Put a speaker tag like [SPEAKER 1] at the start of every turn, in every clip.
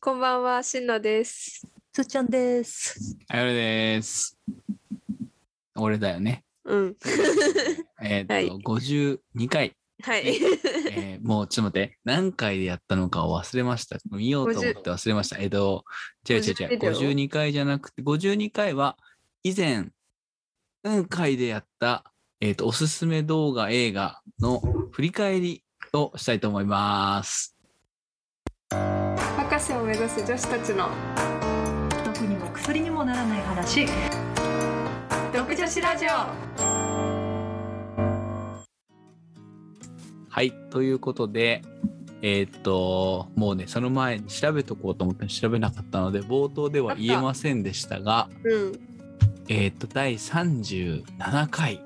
[SPEAKER 1] こんばんは、しんのです。
[SPEAKER 2] つーちゃんです。
[SPEAKER 3] あれです。俺だよね。
[SPEAKER 1] うん。
[SPEAKER 3] えーっと、
[SPEAKER 1] はい
[SPEAKER 3] 52回、
[SPEAKER 1] はい。
[SPEAKER 3] えーもうちょっと待って、何回でやったのかを忘れました。見ようと思って忘れました。えーっと、違う違う違う、
[SPEAKER 1] 52
[SPEAKER 3] 52回じゃなくて、52回は以前、うん、回でやった、えーっと、おすすめ動画、映画の振り返りをしたいと思います。
[SPEAKER 1] 博士を目指す女子たちの
[SPEAKER 2] 毒にも薬にもならない話。
[SPEAKER 1] 独女子ラジオ。
[SPEAKER 3] はい、ということで、えーっと、もうね、その前に調べとこうと思って調べなかったので、冒頭では言えませんでしたが、
[SPEAKER 1] うん。
[SPEAKER 3] えーっと、第37回、ね、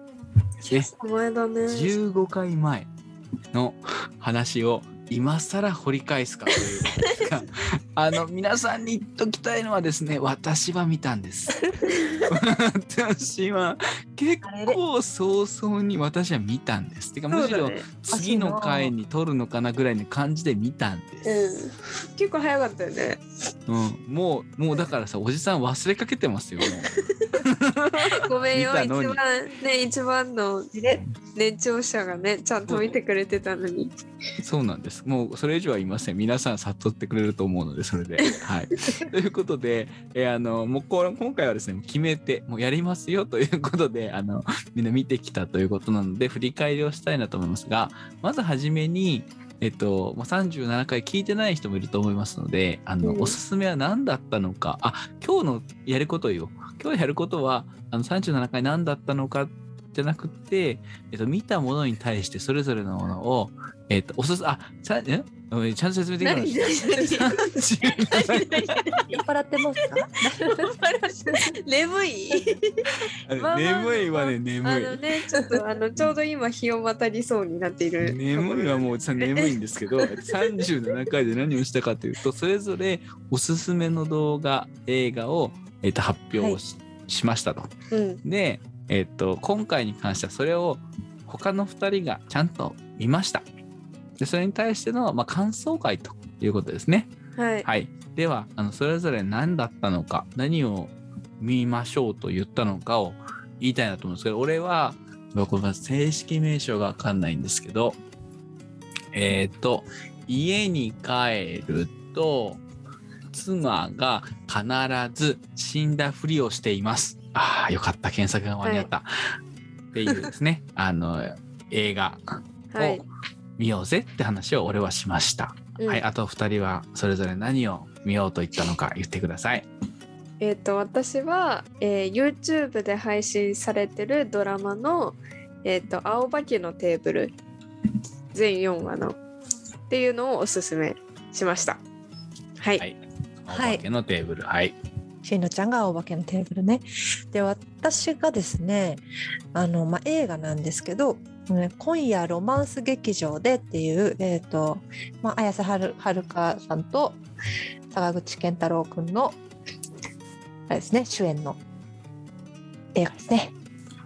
[SPEAKER 1] 前だね。
[SPEAKER 3] 15回前の話を今更掘り返すかということですがあの、皆さんに言っときたいのはですね、私は見たんです。私は結構早々に私は見たんです。てか、むしろ、
[SPEAKER 1] ね。
[SPEAKER 3] 次の回に撮るのかなぐらいの感じで見たんです、
[SPEAKER 1] うん。結構早かったよ ね。
[SPEAKER 3] うんもうもうだからさおじさん忘れかけてますよも
[SPEAKER 1] ごめんよ、
[SPEAKER 3] 見た
[SPEAKER 1] 一
[SPEAKER 3] のに
[SPEAKER 1] 番ね、一番のね年長者がね、ちゃんと見てくれてたのに。
[SPEAKER 3] う そうなんですもうそれ以上は言いません皆さん悟ってくれると思うのでそれで はいということで、えーあのもうこれ今回はですね決めてもうやりますよということであのみんな見てきたということなので振り返りをしたいなと思いますがまずはじめにえっと、もう37回聞いてない人もいると思いますのであの、
[SPEAKER 1] うん
[SPEAKER 3] おすすめは何だったのかあ今日のやることよ今日やることはあの37回何だったのかじゃなくて、えっと、見たものに対してそれぞれのものを、えっと、おすすあさんえうんちゃんと説明できない
[SPEAKER 1] 何何
[SPEAKER 3] 37回
[SPEAKER 2] 酔っ払ってますか？
[SPEAKER 1] 眠い
[SPEAKER 3] あれ
[SPEAKER 1] まあまあ
[SPEAKER 3] 眠いはね
[SPEAKER 1] あ
[SPEAKER 3] 眠
[SPEAKER 1] の
[SPEAKER 3] い。
[SPEAKER 1] ねちょっとあのちょうど今日をまたりそうになっている
[SPEAKER 3] 眠いはもうさ眠いんですけど37回で何をしたかというとそれぞれおすすめの動画映画を、えっと発表をし,、しましたと。
[SPEAKER 1] うん
[SPEAKER 3] で、えっと今回に関してはそれを他の2人がちゃんと見ました。でそれに対しての、まあ、感想会ということですね。
[SPEAKER 1] はい
[SPEAKER 3] はい、ではあのそれぞれ何だったのか何を見ましょうと言ったのかを言いたいなと思うんですけど俺はこれは正式名称が分かんないんですけどえっ、と家に帰ると妻が必ず死んだふりをしています。ああよかった検索が間に合った、っていうですねあの映画
[SPEAKER 1] はい
[SPEAKER 3] を見ようぜって話を俺はしました。
[SPEAKER 1] うん
[SPEAKER 3] はい、あと2人はそれぞれ何を見ようと言ったのか言ってください。
[SPEAKER 1] えっ、と私は、えー YouTube で配信されてるドラマの「えっと青化けのテーブル」全4話のっていうのをおすすめしました。はい、
[SPEAKER 3] はい
[SPEAKER 2] はい
[SPEAKER 3] お化けのテーブル、はい。
[SPEAKER 2] しんのちゃんがお化けのテーブルね。で私がですね、あのまあ映画なんですけど。ね今夜ロマンス劇場でっていう、えーとまあ、綾瀬はるはるかさんと坂口健太郎くんのあれです、ね、主演の映画ですね。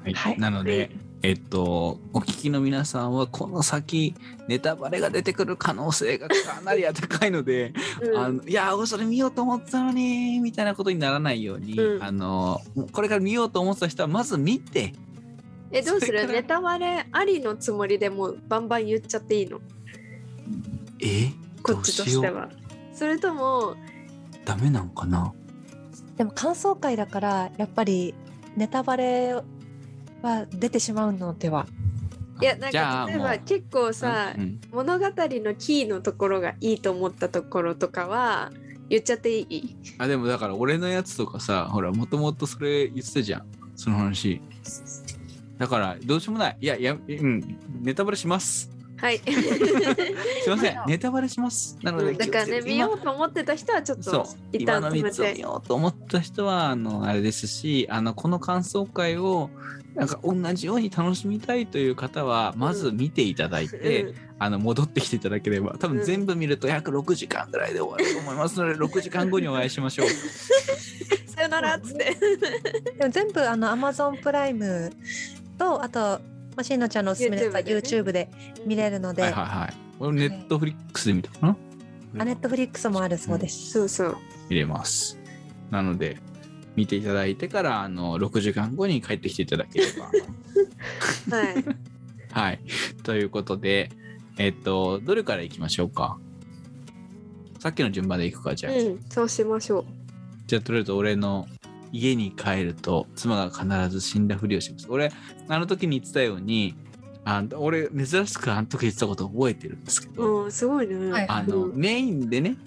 [SPEAKER 3] はい
[SPEAKER 2] はい
[SPEAKER 3] なので、えっと、お聞きの皆さんはこの先ネタバレが出てくる可能性がかなり高いので
[SPEAKER 1] うん
[SPEAKER 3] あのいや俺それ見ようと思ってたのにみたいなことにならないように、
[SPEAKER 1] うん
[SPEAKER 3] あのこれから見ようと思ってた人はまず見て
[SPEAKER 1] えどうす
[SPEAKER 3] そ
[SPEAKER 1] る
[SPEAKER 3] れから
[SPEAKER 1] ネタバレありのつもりでもうバンバン言っちゃっていいの
[SPEAKER 3] え
[SPEAKER 1] こっちとしては。それとも
[SPEAKER 3] ダメなんかな
[SPEAKER 2] でも感想会だからやっぱりネタバレは出てしまうのではい
[SPEAKER 1] やなん
[SPEAKER 3] じゃ
[SPEAKER 1] か
[SPEAKER 3] あ
[SPEAKER 1] 例え
[SPEAKER 3] も
[SPEAKER 1] ば
[SPEAKER 3] う
[SPEAKER 1] 結構さ、
[SPEAKER 3] うん
[SPEAKER 1] 物語のキーのところがいいと思ったところとかは言っちゃっていい
[SPEAKER 3] あでもだから俺のやつとかさほらもともとそれ言ってたじゃんその話だからどうしようもないいやいやうんネタバレします
[SPEAKER 1] はい。
[SPEAKER 3] すいませんネタバレしますなの
[SPEAKER 1] う
[SPEAKER 3] で
[SPEAKER 1] んだからね見ようと思ってた人はちょっ
[SPEAKER 3] そう
[SPEAKER 1] と一
[SPEAKER 3] 今
[SPEAKER 1] 旦
[SPEAKER 3] の
[SPEAKER 1] 止め
[SPEAKER 3] 3つを見
[SPEAKER 1] て
[SPEAKER 3] ようと思った人はあのあれですしあのこの感想会をなんか同じように楽しみたいという方はまず見ていただいて、
[SPEAKER 1] うん
[SPEAKER 3] あの戻ってきていただければ多分全部見ると約6時間ぐらいで終わると思いますので6時間後にお会いしましょう。
[SPEAKER 1] さよならっつ って
[SPEAKER 2] でも全部あの Amazon プライムとあとまあしんのちゃんのおすすめのやつは
[SPEAKER 1] YouTube
[SPEAKER 2] YouTube で見れるので、
[SPEAKER 3] はいはいはい。俺ネットフリックスで見たかな。
[SPEAKER 2] あネットフリックスもあるそうです。
[SPEAKER 1] そうそう。
[SPEAKER 3] 見れます。なので、見ていただいてから、あの、6時間後に帰ってきていただけれ ば。
[SPEAKER 1] はい。
[SPEAKER 3] はい。ということで、えっと、どれからいきましょうか。さっきの順番でいくか、じゃあ。
[SPEAKER 1] うん、そうしましょう。
[SPEAKER 3] じゃあ、とりあえず俺の家に帰ると、妻が必ず死んだふりをします。俺、あの時に言ってたように、あ俺、珍しくあの時言ってたこと覚えてるんですけど、
[SPEAKER 1] うん、すごいね。
[SPEAKER 2] はい
[SPEAKER 3] あの、
[SPEAKER 1] うん
[SPEAKER 3] メインでね、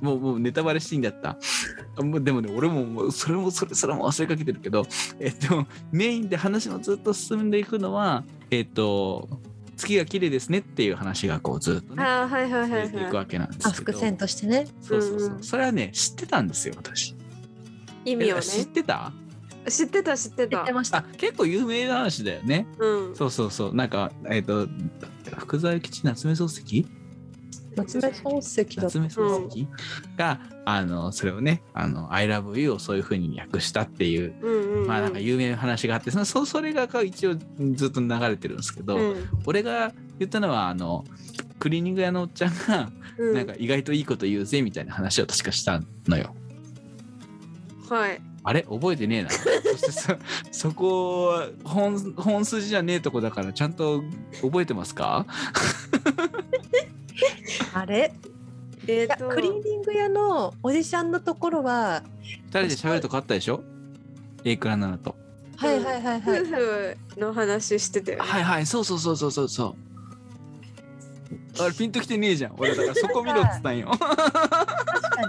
[SPEAKER 3] もうもうネタバレシーンだった。 もうでもね、俺ももうそれもそれそれも忘れかけてるけど、えっと、メインで話のずっと進んでいくのは、えっと、月が綺麗ですねっていう話がこうずっとね、
[SPEAKER 1] ああ、はいはいはい
[SPEAKER 3] 続いていく
[SPEAKER 1] は
[SPEAKER 3] わけなんですけど。
[SPEAKER 2] あ伏線としてね。
[SPEAKER 3] そうそうそうう。
[SPEAKER 1] ん
[SPEAKER 3] それはね、知ってたんですよ、私。
[SPEAKER 1] い。意味を
[SPEAKER 3] え知
[SPEAKER 1] ね。
[SPEAKER 3] ってた
[SPEAKER 1] 知ってた、知って
[SPEAKER 2] 言
[SPEAKER 1] た
[SPEAKER 2] って。ました
[SPEAKER 3] あ。結構有名な話だよね。
[SPEAKER 1] うん。
[SPEAKER 3] そうそうそう。なんか、えっと、福沢諭吉夏目漱石
[SPEAKER 2] 夏目漱石だ
[SPEAKER 3] 夏目漱石が、あのそれをね「あの I love you」をそういうふうに訳したっていう、
[SPEAKER 1] うんうんうん。
[SPEAKER 3] まあなんか有名な話があってそのそそれが一応ずっと流れてるんですけど、
[SPEAKER 1] うん
[SPEAKER 3] 俺が言ったのはあのクリーニング屋のおっちゃんが
[SPEAKER 1] うん、
[SPEAKER 3] なんか意外といいこと言うぜみたいな話を確かしたのよ。
[SPEAKER 1] はい。
[SPEAKER 3] あれ覚えてねえな。そしてそそこは本本筋じゃねえとこだからちゃんと覚えてますか
[SPEAKER 2] あれ
[SPEAKER 1] え
[SPEAKER 2] いや
[SPEAKER 1] ー、と
[SPEAKER 2] クリーニング屋のおじちゃんのところは、
[SPEAKER 3] 二人で喋るとこあったでしょエイクラナナと。
[SPEAKER 2] はいはいはいはい
[SPEAKER 1] 夫。婦の話してて、
[SPEAKER 3] はいはい、そうそうそうそうそうそう。あれピンときてねえじゃん。俺だからそこ見ろっつったんよ。
[SPEAKER 2] 確か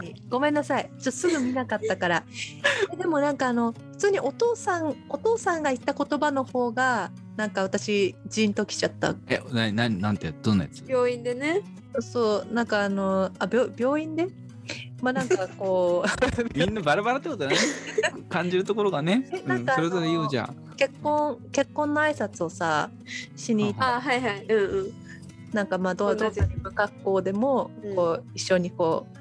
[SPEAKER 2] にごめんなさいちょっとすぐ見なかったから えでもなんかあの普通にお父さんお父さんが言った言葉の方がなんか私ジーンときちゃった
[SPEAKER 3] え、なになになんてどんなやつ？
[SPEAKER 1] 病院でね、
[SPEAKER 2] そうなんかあのあ病病院でまあなんかこ
[SPEAKER 3] みんなバラバラってことだね。感じるところが ね
[SPEAKER 2] え。
[SPEAKER 3] う
[SPEAKER 2] なん
[SPEAKER 3] ん、
[SPEAKER 2] かあ
[SPEAKER 3] そ
[SPEAKER 2] の
[SPEAKER 3] れぞれ言うじゃん。
[SPEAKER 2] う結婚結婚の挨拶をさしに行っ
[SPEAKER 3] あ
[SPEAKER 1] あーはいはい、うんうん、
[SPEAKER 2] なんかまあどう
[SPEAKER 1] 同
[SPEAKER 2] どん
[SPEAKER 1] じ
[SPEAKER 2] なに無格好でも
[SPEAKER 1] うん
[SPEAKER 2] こう一緒にこう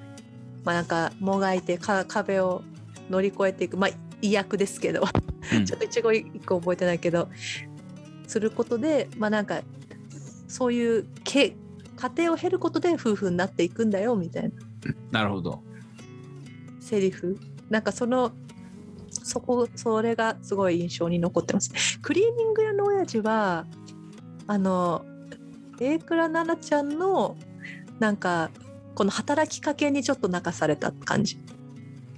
[SPEAKER 2] まあなんかもがいてか壁を乗り越えていくまあ威訳ですけど
[SPEAKER 3] うん
[SPEAKER 2] ちょっと一語一個覚えてないけどすることでまあなんかそういうけ家庭を経ることで夫婦になっていくんだよみたいな
[SPEAKER 3] なるほど。
[SPEAKER 2] セリフなんかそのそこそれがすごい印象に残ってますクリーニング屋の親父はあの榮倉奈々ちゃんのなんかこの働きかけにちょっと泣かされた感じク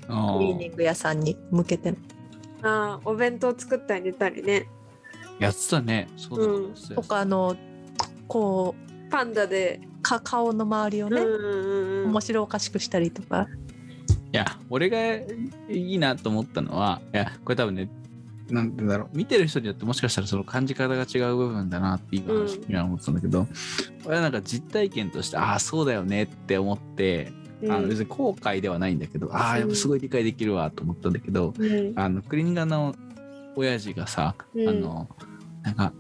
[SPEAKER 3] あ
[SPEAKER 2] リーニ
[SPEAKER 3] ー
[SPEAKER 2] ング屋さんに向けての
[SPEAKER 1] あーお弁当作ってあげたりね、
[SPEAKER 3] やってたね。そうだ、
[SPEAKER 1] うん
[SPEAKER 3] そうだ
[SPEAKER 2] とかあのこ
[SPEAKER 1] パンダで、
[SPEAKER 2] うか顔の周りを
[SPEAKER 1] うん
[SPEAKER 2] ね、
[SPEAKER 1] うんうん
[SPEAKER 2] 面、白おかしくしたりとか、
[SPEAKER 3] いや、俺がいいなと思ったのは、いや、これ多分ね、なんて言うんだろう、見てる人によってもしかしたらその感じ方が違う部分だなって今、
[SPEAKER 1] うん
[SPEAKER 3] 今思ってたんだけど、俺はなんか実体験として、ああ、そうだよねって思って、
[SPEAKER 1] うん
[SPEAKER 3] あの別に後悔ではないんだけど、ああ、
[SPEAKER 1] うん
[SPEAKER 3] やっぱすごい理解できるわと思ったんだけど、
[SPEAKER 1] うん
[SPEAKER 3] あの、クリーニンガの親父がさ、
[SPEAKER 1] うん
[SPEAKER 3] あの、なんか、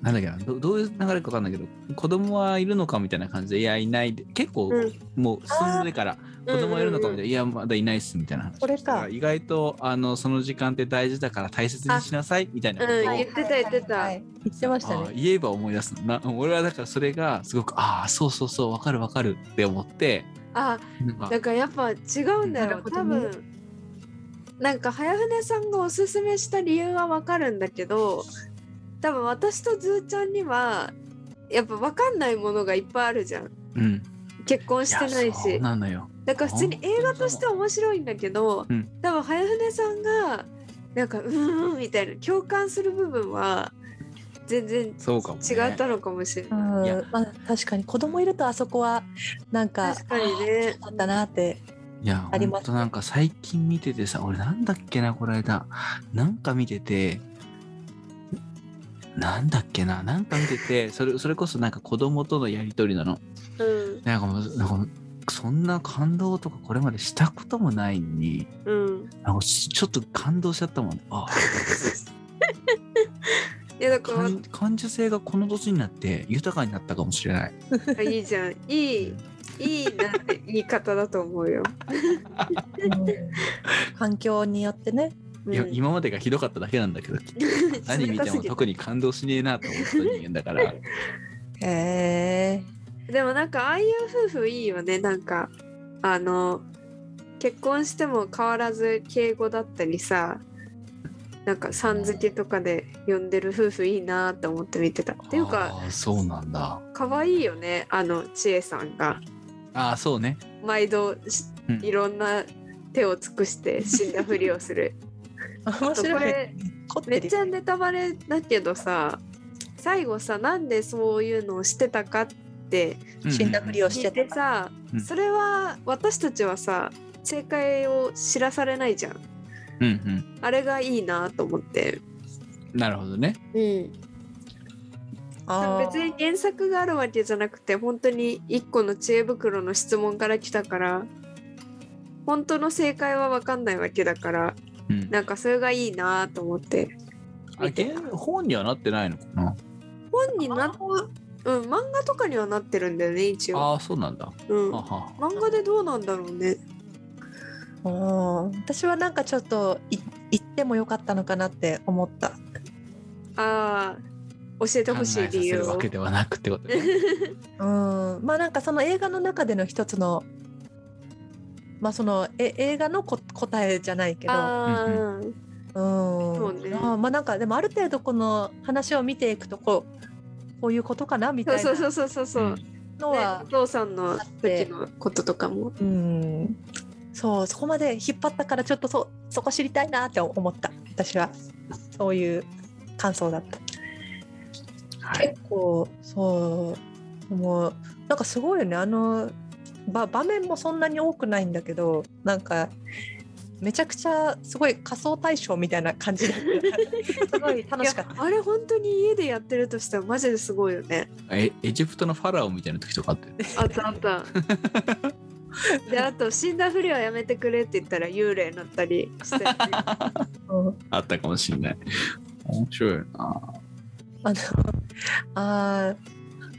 [SPEAKER 3] なんだっけなどどういう流れか分かんないけど子供はいるのかみたいな感じでいやいないで結構
[SPEAKER 1] うん
[SPEAKER 3] もう進んでから子供いるのかみたいな、
[SPEAKER 1] うん
[SPEAKER 3] いやまだいないっすみたいな話
[SPEAKER 2] これか
[SPEAKER 3] だら意外とあのその時間って大事だから大切にしなさいみたいなことを、
[SPEAKER 1] うん言ってた言ってた
[SPEAKER 2] 言ってました
[SPEAKER 3] あ
[SPEAKER 2] ね
[SPEAKER 3] 言えば思い出すな俺はだからそれがすごくああそうそうそうわかるわかるって思って
[SPEAKER 1] あ
[SPEAKER 3] なんか
[SPEAKER 1] だからやっぱ違うんだ
[SPEAKER 2] な
[SPEAKER 1] よ、
[SPEAKER 2] るほ
[SPEAKER 1] 多
[SPEAKER 2] どね
[SPEAKER 1] 分なんか早船さんがおすすめした理由はわかるんだけど多分私とずーちゃんにはやっぱわかんないものがいっぱいあるじゃん
[SPEAKER 3] うん
[SPEAKER 1] 結婚してない
[SPEAKER 3] やそう
[SPEAKER 1] し
[SPEAKER 3] なのよ
[SPEAKER 1] だから普通に映画としては面白いんだけど、
[SPEAKER 3] うん
[SPEAKER 1] 多分早船さんがなんかうーんみたいな共感する部分は全然
[SPEAKER 3] そうかも、ね、
[SPEAKER 1] 違ったのかもしれ
[SPEAKER 2] う
[SPEAKER 1] ない。
[SPEAKER 2] ん
[SPEAKER 3] いや
[SPEAKER 2] まあ、確かに子供いるとあそこはなんか
[SPEAKER 1] 確かにね
[SPEAKER 2] ああったなって
[SPEAKER 3] いや
[SPEAKER 2] あり
[SPEAKER 3] ほ
[SPEAKER 2] ま
[SPEAKER 3] ん
[SPEAKER 2] す
[SPEAKER 3] となんか最近見ててさ俺なんだっけなこの間なんか見ててなんだっけななんか見ててそれそれこそなんか子供とのやりとりなの
[SPEAKER 1] うん
[SPEAKER 3] なんかもうなんかそんな感動とかこれまでしたこともないのに
[SPEAKER 1] うん、
[SPEAKER 3] なんかしちょっと感動しちゃったもんあ
[SPEAKER 1] いやだから
[SPEAKER 3] 感感受性がこの年になって豊かになったかもしれない
[SPEAKER 1] あいいじゃんいいいいなんて言い方だと思うよ。
[SPEAKER 2] 環境によってね
[SPEAKER 1] うん
[SPEAKER 3] いや今までがひどかっただけなんだけどきっと何見ても特に感動しねえなと思った人間だから
[SPEAKER 2] へえ
[SPEAKER 1] でもなんかああいう夫婦いいよねなんかあの結婚しても変わらず敬語だったりさなんかさん付けとかで呼んでる夫婦いいなって思って見てた。っていうか
[SPEAKER 3] あーそうなんだ
[SPEAKER 1] 可愛いよねあの千恵さんが
[SPEAKER 3] ああそうね
[SPEAKER 1] 毎度し
[SPEAKER 3] うん
[SPEAKER 1] いろんな手を尽くして死んだふりをする。
[SPEAKER 2] 面
[SPEAKER 1] あとこ
[SPEAKER 2] 白い
[SPEAKER 1] れ
[SPEAKER 2] 凝ってる
[SPEAKER 1] めっちゃネタバレだけどさ最後さなんでそういうのをしてたかって
[SPEAKER 2] 死んだふりをし
[SPEAKER 1] 聞
[SPEAKER 2] て
[SPEAKER 1] いて
[SPEAKER 2] た
[SPEAKER 1] さ、
[SPEAKER 3] うん
[SPEAKER 1] それは私たちはさ正解を知らされないじゃん
[SPEAKER 3] うんうん
[SPEAKER 1] あれがいいなと思って、
[SPEAKER 3] なるほどね
[SPEAKER 1] うん、
[SPEAKER 2] あー
[SPEAKER 1] 別に原作があるわけじゃなくて本当に一個の知恵袋の質問から来たから本当の正解は分かんないわけだから
[SPEAKER 3] うん
[SPEAKER 1] なんかそれがいいなと思って
[SPEAKER 3] あ原本にはなってないのかな
[SPEAKER 1] 本になうん漫画とかにはなってるんだよね一応、
[SPEAKER 3] ああそうなんだ
[SPEAKER 1] うん
[SPEAKER 3] は、は
[SPEAKER 1] 漫画でどうなんだろうね
[SPEAKER 2] うん私はなんかちょっとい行ってもよかったのかなって思った
[SPEAKER 1] ああ教えて
[SPEAKER 3] 考
[SPEAKER 1] ほ
[SPEAKER 3] え
[SPEAKER 1] しい
[SPEAKER 3] させ
[SPEAKER 1] 理由
[SPEAKER 3] るわ
[SPEAKER 1] を
[SPEAKER 3] けではなくってこ とね
[SPEAKER 2] うんまあなんかその映画の中での一つのまあそのえ映画のこ答えじ ゃないけど
[SPEAKER 1] ああ、
[SPEAKER 2] うん
[SPEAKER 1] そうね
[SPEAKER 2] あーまあなんかでもある程度この話を見ていくとこうこういうことかなみたい
[SPEAKER 1] そうそ
[SPEAKER 2] な
[SPEAKER 1] うそうそうそう、ね、
[SPEAKER 2] のは
[SPEAKER 1] お父さんの時のこととかも
[SPEAKER 2] うんそうそこまで引っ張ったからちょっとそそこ知りたいなって思った私はそういう感想だった。
[SPEAKER 3] はい
[SPEAKER 2] 結構そうもうなんかすごいよねあのば場面もそんなに多くないんだけどなんかめちゃくちゃすごい仮想大賞みたいな感じだったすごい楽しかっ
[SPEAKER 1] いやあれ本当に家でやってるとしたらマジですごいよね
[SPEAKER 3] えエジプトのファラオみたいな時とかあって
[SPEAKER 1] あったあった であと死んだふりはやめてくれって言ったら幽霊になったり して、ね、
[SPEAKER 2] た、うん
[SPEAKER 3] あったかもしれない面白いな
[SPEAKER 2] あの あー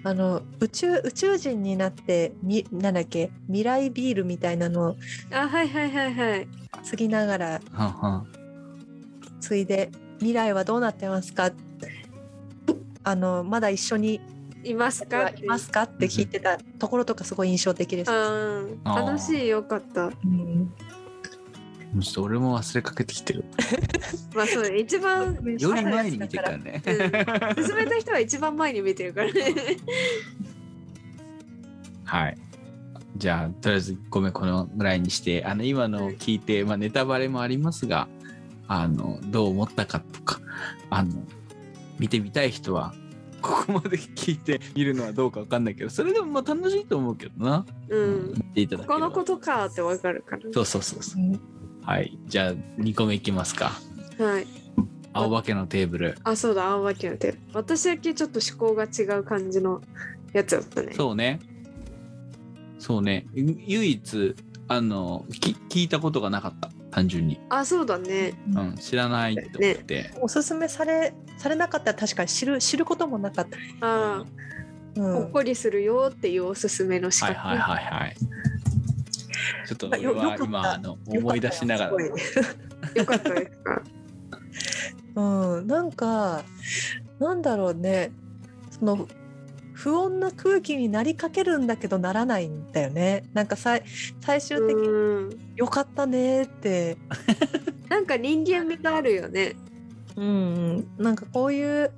[SPEAKER 2] あの宇宙宇宙人になってみなんだっけ未来ビールみたいなのを
[SPEAKER 1] あはいはいはいはい
[SPEAKER 2] 継ぎながら
[SPEAKER 3] はんはん
[SPEAKER 2] 継いで未来はどうなってますかあのまだ一緒に
[SPEAKER 1] いますか
[SPEAKER 2] いますかって聞いてたところとかすごい印象的です。
[SPEAKER 1] うん
[SPEAKER 3] あー
[SPEAKER 1] 楽しいよかった
[SPEAKER 2] うん
[SPEAKER 3] ちょっと俺も忘れかけてきてる
[SPEAKER 1] まあそうね一番、うん、
[SPEAKER 3] より前に見てるからね
[SPEAKER 1] 進めた人は一番前に見てるからね
[SPEAKER 3] はい。じゃあ、とりあえず、ごめん、このぐらいにして、あの、今のを聞いて、まあ、ネタバレもありますが、あの、どう思ったかとか、あの、見てみたい人は、ここまで聞いて見るのはどうかわかんないけど、それでもまあ楽しいと思 うけどな。
[SPEAKER 1] うん
[SPEAKER 3] 見ていただけれ
[SPEAKER 1] こ
[SPEAKER 3] ば
[SPEAKER 1] のことかってわかるから
[SPEAKER 3] そうそうそうそうう。
[SPEAKER 2] ん
[SPEAKER 3] はい。じゃあ、2個目いきますか。
[SPEAKER 1] はい
[SPEAKER 3] 青化けのテーブル。
[SPEAKER 1] あそうだ青葉家の手私だけちょっと思考が違う感じのやつだったね
[SPEAKER 3] そうね。そうね。ゆ唯一、あの、き聞いたことがなかった。単純に。
[SPEAKER 1] あそうだね
[SPEAKER 3] うん、知らないって思って。
[SPEAKER 2] おすすめされされなかったら確かに知る知ることもなかった。
[SPEAKER 1] あ
[SPEAKER 2] う
[SPEAKER 1] あ、ほっ
[SPEAKER 2] ん、
[SPEAKER 1] こりするよっていうおすすめの仕
[SPEAKER 3] はい
[SPEAKER 1] 方、
[SPEAKER 3] はいはいはい。ちょっと俺
[SPEAKER 2] よ
[SPEAKER 3] は
[SPEAKER 2] よかった
[SPEAKER 3] 今あの思い出しながら。
[SPEAKER 1] すごいよかったです か
[SPEAKER 2] うん、なんかなんだろうねその不穏な空気になりかけるんだけどならないんだよね。なんかさい最終的に
[SPEAKER 1] うん
[SPEAKER 2] 「よかったね」って、
[SPEAKER 1] なんか人間味があるよね
[SPEAKER 2] うんうん、なんかこういう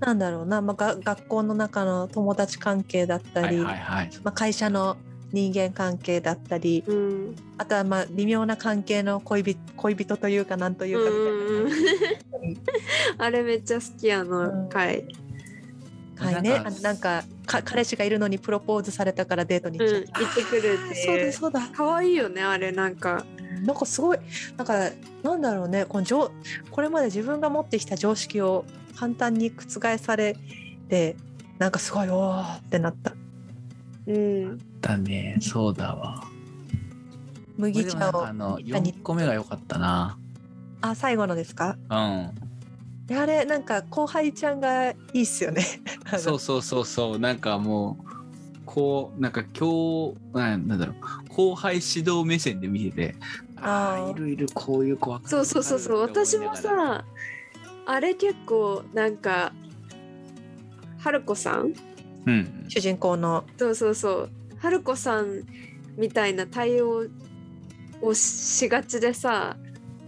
[SPEAKER 2] なんだろうな、まあ、が学校の中の友達関係だった
[SPEAKER 3] はい
[SPEAKER 2] り、
[SPEAKER 3] はいはい。
[SPEAKER 2] まあ、会社の人間関係だったり、
[SPEAKER 1] うん
[SPEAKER 2] あとはまあ微妙な関係の恋人恋人というかなんといううかみ
[SPEAKER 1] ん あれめっちゃ好きあの回
[SPEAKER 2] たいな。はいね、あのなんかか彼氏がいるのにプロポーズされたからデートに
[SPEAKER 1] う
[SPEAKER 2] 行
[SPEAKER 1] ん
[SPEAKER 2] っちゃっ
[SPEAKER 1] 行
[SPEAKER 2] た、
[SPEAKER 1] ってくるって
[SPEAKER 2] そう
[SPEAKER 1] い
[SPEAKER 2] だ
[SPEAKER 1] う
[SPEAKER 2] そうだ
[SPEAKER 1] 可愛いよねあれなんか
[SPEAKER 2] なんかすごいなんかなんだろうねこの常これまで自分が持ってきた常識を簡単に覆されてなんかすごいおーってなった
[SPEAKER 1] うん
[SPEAKER 3] だね、そうだわ。
[SPEAKER 2] 麦
[SPEAKER 3] 俺でも
[SPEAKER 2] 茶
[SPEAKER 3] なん
[SPEAKER 2] を
[SPEAKER 3] かあの
[SPEAKER 2] 麦茶に
[SPEAKER 3] 4個目が良かったな。
[SPEAKER 2] あ最後のですか
[SPEAKER 3] う
[SPEAKER 2] であれなんか後輩ちゃんがいいっすよ ねあの
[SPEAKER 3] ん。そうそうそうそう。なんかもう。こうなんか今日なんなんだろう後輩指導目線で見ててあ
[SPEAKER 2] あ
[SPEAKER 3] あ
[SPEAKER 2] ー
[SPEAKER 3] いるいるこういう子は
[SPEAKER 1] そうそうそうそう私もさあれ結構なんか春子さん
[SPEAKER 3] うん
[SPEAKER 2] 主人公の
[SPEAKER 1] そうそうそう春子さんみたいな対応をしがちでさ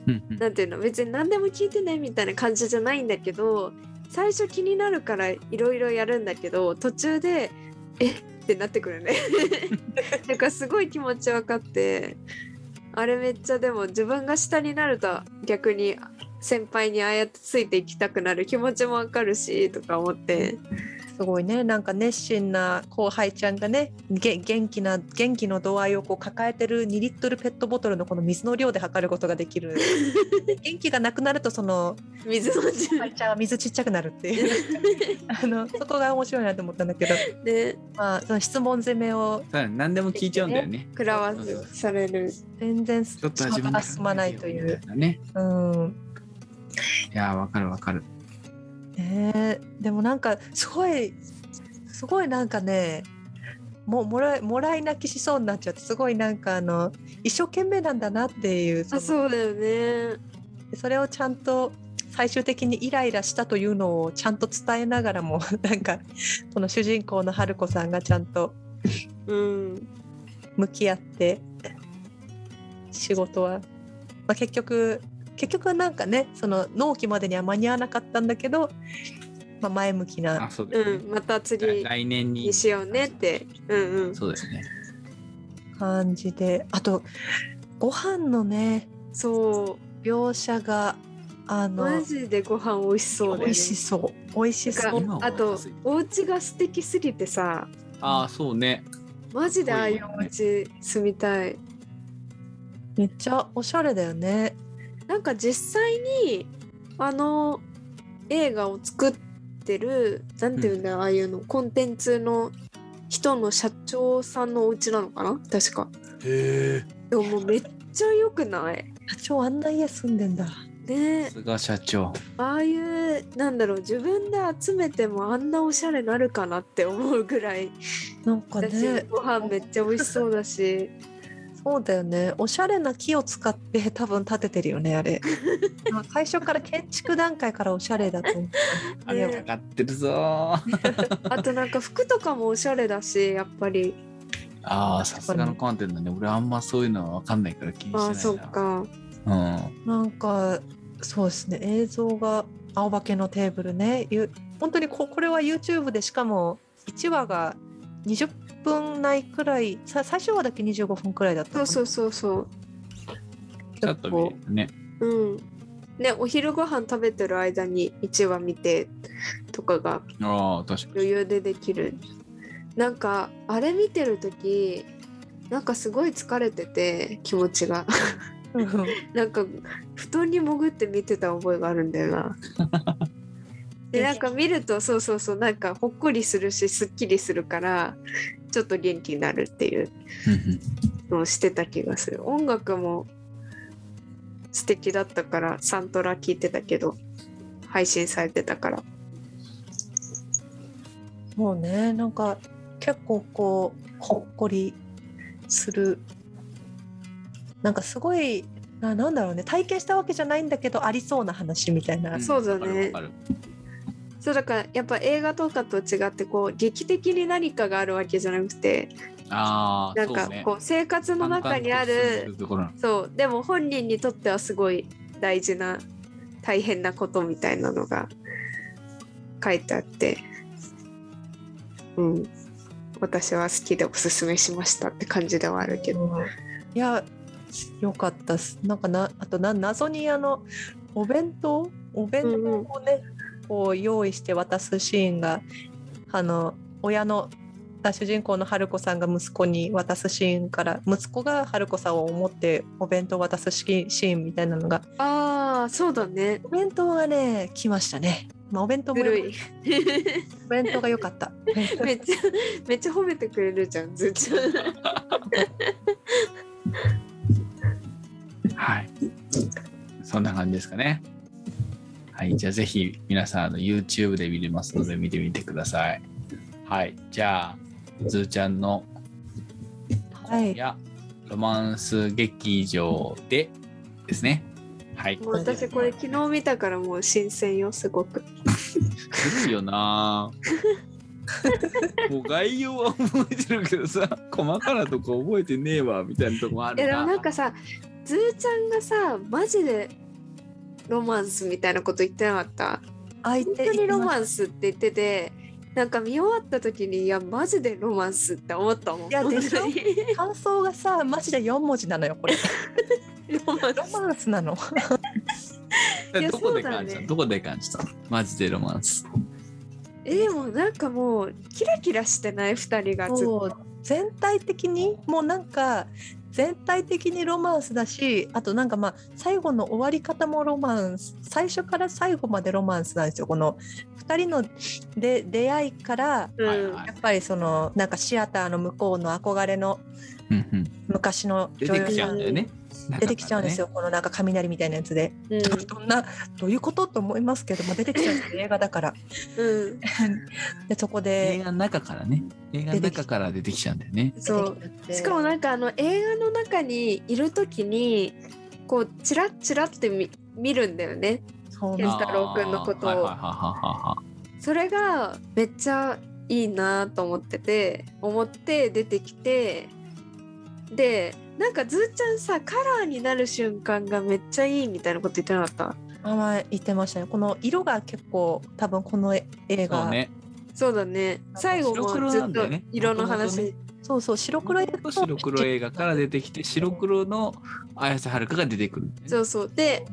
[SPEAKER 3] うんうん
[SPEAKER 1] なんていうの別に何でも聞いてねみたいな感じじゃないんだけど最初気になるからいろいろやるんだけど途中でえってなってくるねなんかすごい気持ち分かってあれめっちゃでも自分が下になると逆に先輩にああやってついていきたくなる気持ちも分かるしとか思って
[SPEAKER 2] すごいねなんか熱心な後輩ちゃんがねげ元気な元気の度合いをこう抱えてる2リットルペットボトルのこの水の量で測ることがで きる元気がなくなるとその
[SPEAKER 1] 水の自
[SPEAKER 2] 後輩ちゃんは水ちっちゃくなるっ ていうあのそこが面白いなと思ったんだけど、
[SPEAKER 1] 分で
[SPEAKER 2] まあ、その質問攻めを
[SPEAKER 3] ただ何でも聞いちゃうんだよね。
[SPEAKER 1] 食らわずされる
[SPEAKER 2] 全然
[SPEAKER 3] ちょっとは
[SPEAKER 2] 仕
[SPEAKER 3] 自
[SPEAKER 2] 事
[SPEAKER 3] 分
[SPEAKER 2] が
[SPEAKER 3] で
[SPEAKER 2] 進まないとい
[SPEAKER 3] 考え
[SPEAKER 2] う。
[SPEAKER 3] てよみたいなね。
[SPEAKER 2] うん
[SPEAKER 3] いやーわかるわかる。
[SPEAKER 2] ねえでもなんかすごいすごいなんかねもうもらいもらい泣きしそうになっちゃってすごいなんかあの一生懸命なんだなっていうそ
[SPEAKER 1] あ
[SPEAKER 2] の
[SPEAKER 1] そうだよね
[SPEAKER 2] それをちゃんと最終的にイライラしたというのをちゃんと伝えながらも なんかその主人公の春子さんがちゃんと
[SPEAKER 1] うん
[SPEAKER 2] 向き合って仕事は、まあ、結局結局はなんかねその納期までには間に合わなかったんだけど、まあ、前向きな
[SPEAKER 3] あそうだ
[SPEAKER 1] う
[SPEAKER 3] よね
[SPEAKER 1] んまた
[SPEAKER 3] 来
[SPEAKER 1] 次
[SPEAKER 3] 来年に
[SPEAKER 1] にしようねってうんうん
[SPEAKER 3] そうですね。
[SPEAKER 2] 感じであとご飯のね
[SPEAKER 1] そう
[SPEAKER 2] 描写があ
[SPEAKER 1] マ
[SPEAKER 2] の
[SPEAKER 1] ジでご飯美味しそうだ
[SPEAKER 2] 美
[SPEAKER 1] よね
[SPEAKER 2] 味しそう美味し
[SPEAKER 1] なんか
[SPEAKER 2] そう
[SPEAKER 3] 今は
[SPEAKER 1] あと
[SPEAKER 3] 安い
[SPEAKER 1] お家が素敵すぎてさ
[SPEAKER 3] ああそうね。
[SPEAKER 1] マジでああいうお家住みたい
[SPEAKER 2] めっちゃおしゃれだよね
[SPEAKER 1] なんか実際にあの映画を作ってるなんていうんだよ、ああいうのコンテンツの人の社長さんのお家なのかな確か
[SPEAKER 3] へ
[SPEAKER 1] でももうめっちゃ良くない
[SPEAKER 2] 社長あんな家住んでんだ
[SPEAKER 1] ね
[SPEAKER 3] え。菅社長。
[SPEAKER 1] ああいうなんだろう自分で集めてもあんなおしゃれなるかなって思うぐらい
[SPEAKER 2] なんか
[SPEAKER 1] だし
[SPEAKER 2] ね
[SPEAKER 1] ご飯めっちゃ美味しそうだし
[SPEAKER 2] そうだよねおしゃれな木を使って多分建ててるよね あれまあ最初から建築段階からおしゃれだと思った
[SPEAKER 3] あ
[SPEAKER 2] 家
[SPEAKER 3] れ
[SPEAKER 2] を
[SPEAKER 3] かかってるぞー。
[SPEAKER 1] あとなんか服とかもおしゃれだしやっぱり
[SPEAKER 3] ああさすがの観点だね。俺あんまそういうのはわかんないから気にしてないな。
[SPEAKER 1] ああそっか
[SPEAKER 3] うん。
[SPEAKER 2] なんかそうですね映像が「青化けのテーブルね」ゆ本当にここれは YouTube でしかも1話が20分ないくらいさ最初話だけ25分くらいだった
[SPEAKER 1] そうそうそうそ
[SPEAKER 3] ちょっと見れるね。
[SPEAKER 1] ううんねお昼ご飯食べてる間に1話見てとかが
[SPEAKER 3] ああ確かに。
[SPEAKER 1] 余裕でできるなんかあれ見てる時なんかすごい疲れてて気持ちが
[SPEAKER 2] そう
[SPEAKER 1] なんか布団に潜って見てた覚えがあるんだよ なでなんか見るとそうそうそうなんかほっこりするしすっきりするからちょっと元気になるっていうのをしてた気がする音楽も素敵だったからサントラ聞いてたけど配信されてたから
[SPEAKER 2] もうねなんか結構こうほっこりするなんかすごいななんだろうね体験したわけじゃないんだけどありそうな話みたいな、
[SPEAKER 3] ん
[SPEAKER 1] そうだね
[SPEAKER 3] わかるわかる
[SPEAKER 1] そうだからやっぱ映画とかと違ってこう劇的に何かがあるわけじゃなくて
[SPEAKER 3] ああ
[SPEAKER 1] なん
[SPEAKER 3] そ
[SPEAKER 1] か
[SPEAKER 3] うね。
[SPEAKER 1] こう生活の中にある
[SPEAKER 3] ところなの
[SPEAKER 1] そうでも本人にとってはすごい大事な大変なことみたいなのが書いてあってうん私は好きでおすすめしましたって感じではあるけど
[SPEAKER 2] いやよかったっすなんかなあとな謎にあのお弁当お弁当をね、こう用意して渡すシーンがあの親のあ主人公の春子さんが息子に渡すシーンから息子が春子さんを思ってお弁当を渡すシーンシーンみたいなのが
[SPEAKER 1] ああそうだね
[SPEAKER 2] お弁当がね来ましたね、まあ、お弁当も
[SPEAKER 1] ず
[SPEAKER 2] よ
[SPEAKER 1] るい
[SPEAKER 2] お弁当が良かった
[SPEAKER 1] めっちゃめっちゃ褒めてくれるじゃんずっちゃん
[SPEAKER 3] はい。そんな感じですかね。はい。じゃあぜひ皆さんあの YouTube で見れますので見てみてください。はい。じゃあ、ずーちゃんの
[SPEAKER 2] は
[SPEAKER 3] 今
[SPEAKER 2] い
[SPEAKER 3] 夜、ロマンス劇場でですね。はい。
[SPEAKER 1] もう私これ昨日見たからもう新鮮よすごく
[SPEAKER 3] 古いよなぁもう概要は覚えてるけどさ細かなとこ覚えてねえわみたいなとこもあ
[SPEAKER 1] いや
[SPEAKER 3] る
[SPEAKER 1] で
[SPEAKER 3] な
[SPEAKER 1] もなんかさずーちゃんがさマジでロマンスみたいなこと言ってなかった
[SPEAKER 2] 相
[SPEAKER 1] 本
[SPEAKER 2] 手
[SPEAKER 1] 当にロマ
[SPEAKER 2] ン
[SPEAKER 1] ンスって言っててなんか見終わった時にいやマジでロマンスって思ったもん
[SPEAKER 2] いやでしょ
[SPEAKER 1] 本当に
[SPEAKER 2] 感想がさマジで4文字なのよこれ
[SPEAKER 1] ロマンス
[SPEAKER 2] ロマンスなの
[SPEAKER 1] いや
[SPEAKER 3] どこで感
[SPEAKER 1] そう
[SPEAKER 3] じ
[SPEAKER 1] だ
[SPEAKER 3] た、
[SPEAKER 1] ね
[SPEAKER 3] どこで感じたマジでロマンス
[SPEAKER 1] えでもなんかもうキラキラしてない二人がずっと
[SPEAKER 2] そう全体的にもうなんか全体的にロマンスだしあとなんかまあ最後の終わり方もロマンス最初から最後までロマンスなんですよこの2人ので出会いから
[SPEAKER 1] うん
[SPEAKER 3] はいはい
[SPEAKER 2] やっぱりそのなんかシアターの向こうの憧れの
[SPEAKER 3] うんうん
[SPEAKER 2] 昔の
[SPEAKER 3] 出
[SPEAKER 2] 女
[SPEAKER 3] て
[SPEAKER 2] 優
[SPEAKER 3] きちゃう
[SPEAKER 2] さ
[SPEAKER 3] んんだよね
[SPEAKER 2] 出てきちゃうんですよ、このなんか雷みたいなやつで、
[SPEAKER 1] うん
[SPEAKER 2] どんなどういうことと思いますけども出てきちゃうんですよ映画だから
[SPEAKER 1] うん
[SPEAKER 2] でそこ
[SPEAKER 3] 映
[SPEAKER 2] で
[SPEAKER 3] 画の中からね映画の中から出てきちゃうんだよね
[SPEAKER 1] そう
[SPEAKER 2] 出てきちゃって
[SPEAKER 1] しかもなんかあの映画の中にいる時にこうチラッチラって見見るんだよね
[SPEAKER 2] そう
[SPEAKER 1] 健
[SPEAKER 2] なん
[SPEAKER 1] 太郎君のことを
[SPEAKER 3] あーはいはいは
[SPEAKER 1] それがめっちゃいいなと思ってて思って出てきてでなんかずーちゃんさカラーになる瞬間がめっちゃいいみたいなこと言ってなかっ
[SPEAKER 2] あま言ってましたねこの色が結構多分この映
[SPEAKER 3] いはいはいはい
[SPEAKER 2] 画
[SPEAKER 3] そ
[SPEAKER 1] たそ
[SPEAKER 3] うね
[SPEAKER 1] うだね最後も
[SPEAKER 3] 白
[SPEAKER 1] ず
[SPEAKER 3] 黒な
[SPEAKER 1] っ
[SPEAKER 3] んだ
[SPEAKER 1] と
[SPEAKER 3] よね
[SPEAKER 1] 色の話、
[SPEAKER 3] 元
[SPEAKER 2] そうそう白黒映画
[SPEAKER 3] 白黒映画から出てきて白黒の綾瀬はるかが出てくるんだよね
[SPEAKER 1] そうそうで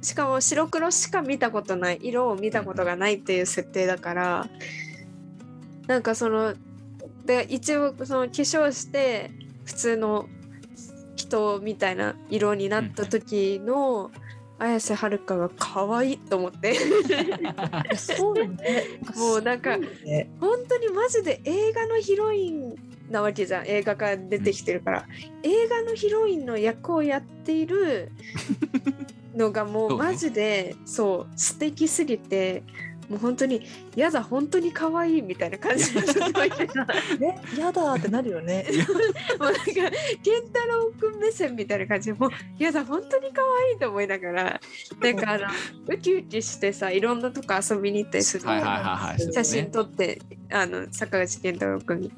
[SPEAKER 1] しかも白黒しか見たことない色を見たことがないっていう設定だからなんかそので一応その化粧して普通の人みたいな色になった時の綾瀬はるかが可愛いと思って
[SPEAKER 2] そうよね
[SPEAKER 1] もうなんか
[SPEAKER 2] すごいね
[SPEAKER 1] 本当にマジで映画のヒロインなわけじゃん映画から出てきてるから、映画のヒロインの役をやってい るのがも
[SPEAKER 3] そううね
[SPEAKER 1] マジでそう,、素敵すぎてもう本当に「やだ本当に可愛いみたいな感じの人がいてさも
[SPEAKER 2] ねやだーってなる よね
[SPEAKER 1] うなんか健太郎くん目線みたいな感じでもう「やだ本当に可愛いと思いながらなんかあのウキウキしてさいろんなとこ遊びに行ったりするの
[SPEAKER 3] はいはいはいはいそうね
[SPEAKER 1] 写真撮って、あの坂口健太郎君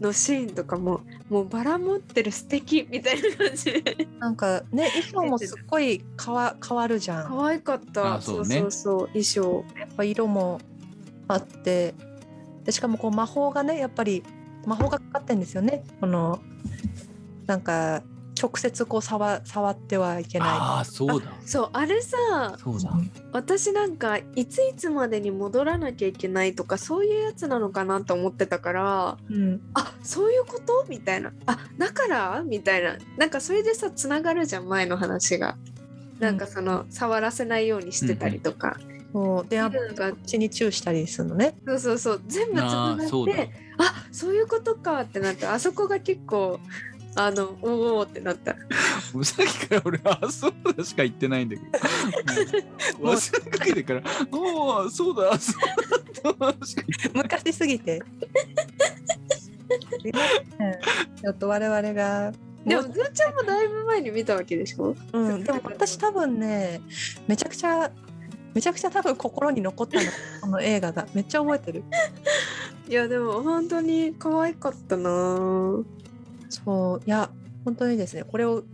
[SPEAKER 1] のシーンとかももうバラ持ってる素敵みたいな感じで
[SPEAKER 2] なんかね衣装もすっごい変わ変わるじゃんや
[SPEAKER 1] 可愛かった
[SPEAKER 3] あそう
[SPEAKER 1] そうそ
[SPEAKER 3] ね
[SPEAKER 1] うそう衣装
[SPEAKER 2] っぱ色もあってでしかもこう魔法がねやっぱり魔法がかかってんですよねこのなんか直接こう触触ってはいけな
[SPEAKER 3] ああそうだ
[SPEAKER 1] そうあれさ
[SPEAKER 3] そう
[SPEAKER 2] い
[SPEAKER 3] だ
[SPEAKER 1] 私なんかいついつまでに戻らなきゃいけないとかそういうやつなのかなと思ってたから
[SPEAKER 2] うん
[SPEAKER 1] あそういうことみたいなあだからみたいななんかそれでさつながるじゃん前の話が。なんかその触らせないようにしてたりとか、
[SPEAKER 2] そうであ
[SPEAKER 1] なんか
[SPEAKER 2] 血にチューしたりするのね
[SPEAKER 1] そうそうそう全部つなが
[SPEAKER 3] あ
[SPEAKER 1] っ
[SPEAKER 3] ー
[SPEAKER 1] て
[SPEAKER 3] そうだ
[SPEAKER 1] あそういうことかってなったあそこが結構あのおーおーってなった
[SPEAKER 3] もうさっきから俺はあそうだしか言ってないんだけど もう忘れかけてから「おおそうだそうだ」しか言ってない
[SPEAKER 2] 昔すぎて。ちょっと我々が。
[SPEAKER 1] でもずーちゃんもだいぶ前に見たわけでしょ
[SPEAKER 2] うん、でも私多分ね、めちゃくちゃ。めちゃくちゃ多分心に残ったの、この映画が、めっちゃ覚えてる。
[SPEAKER 1] いやでも本当に可愛かったなぁ
[SPEAKER 2] そう、いや、本当にですね、これを。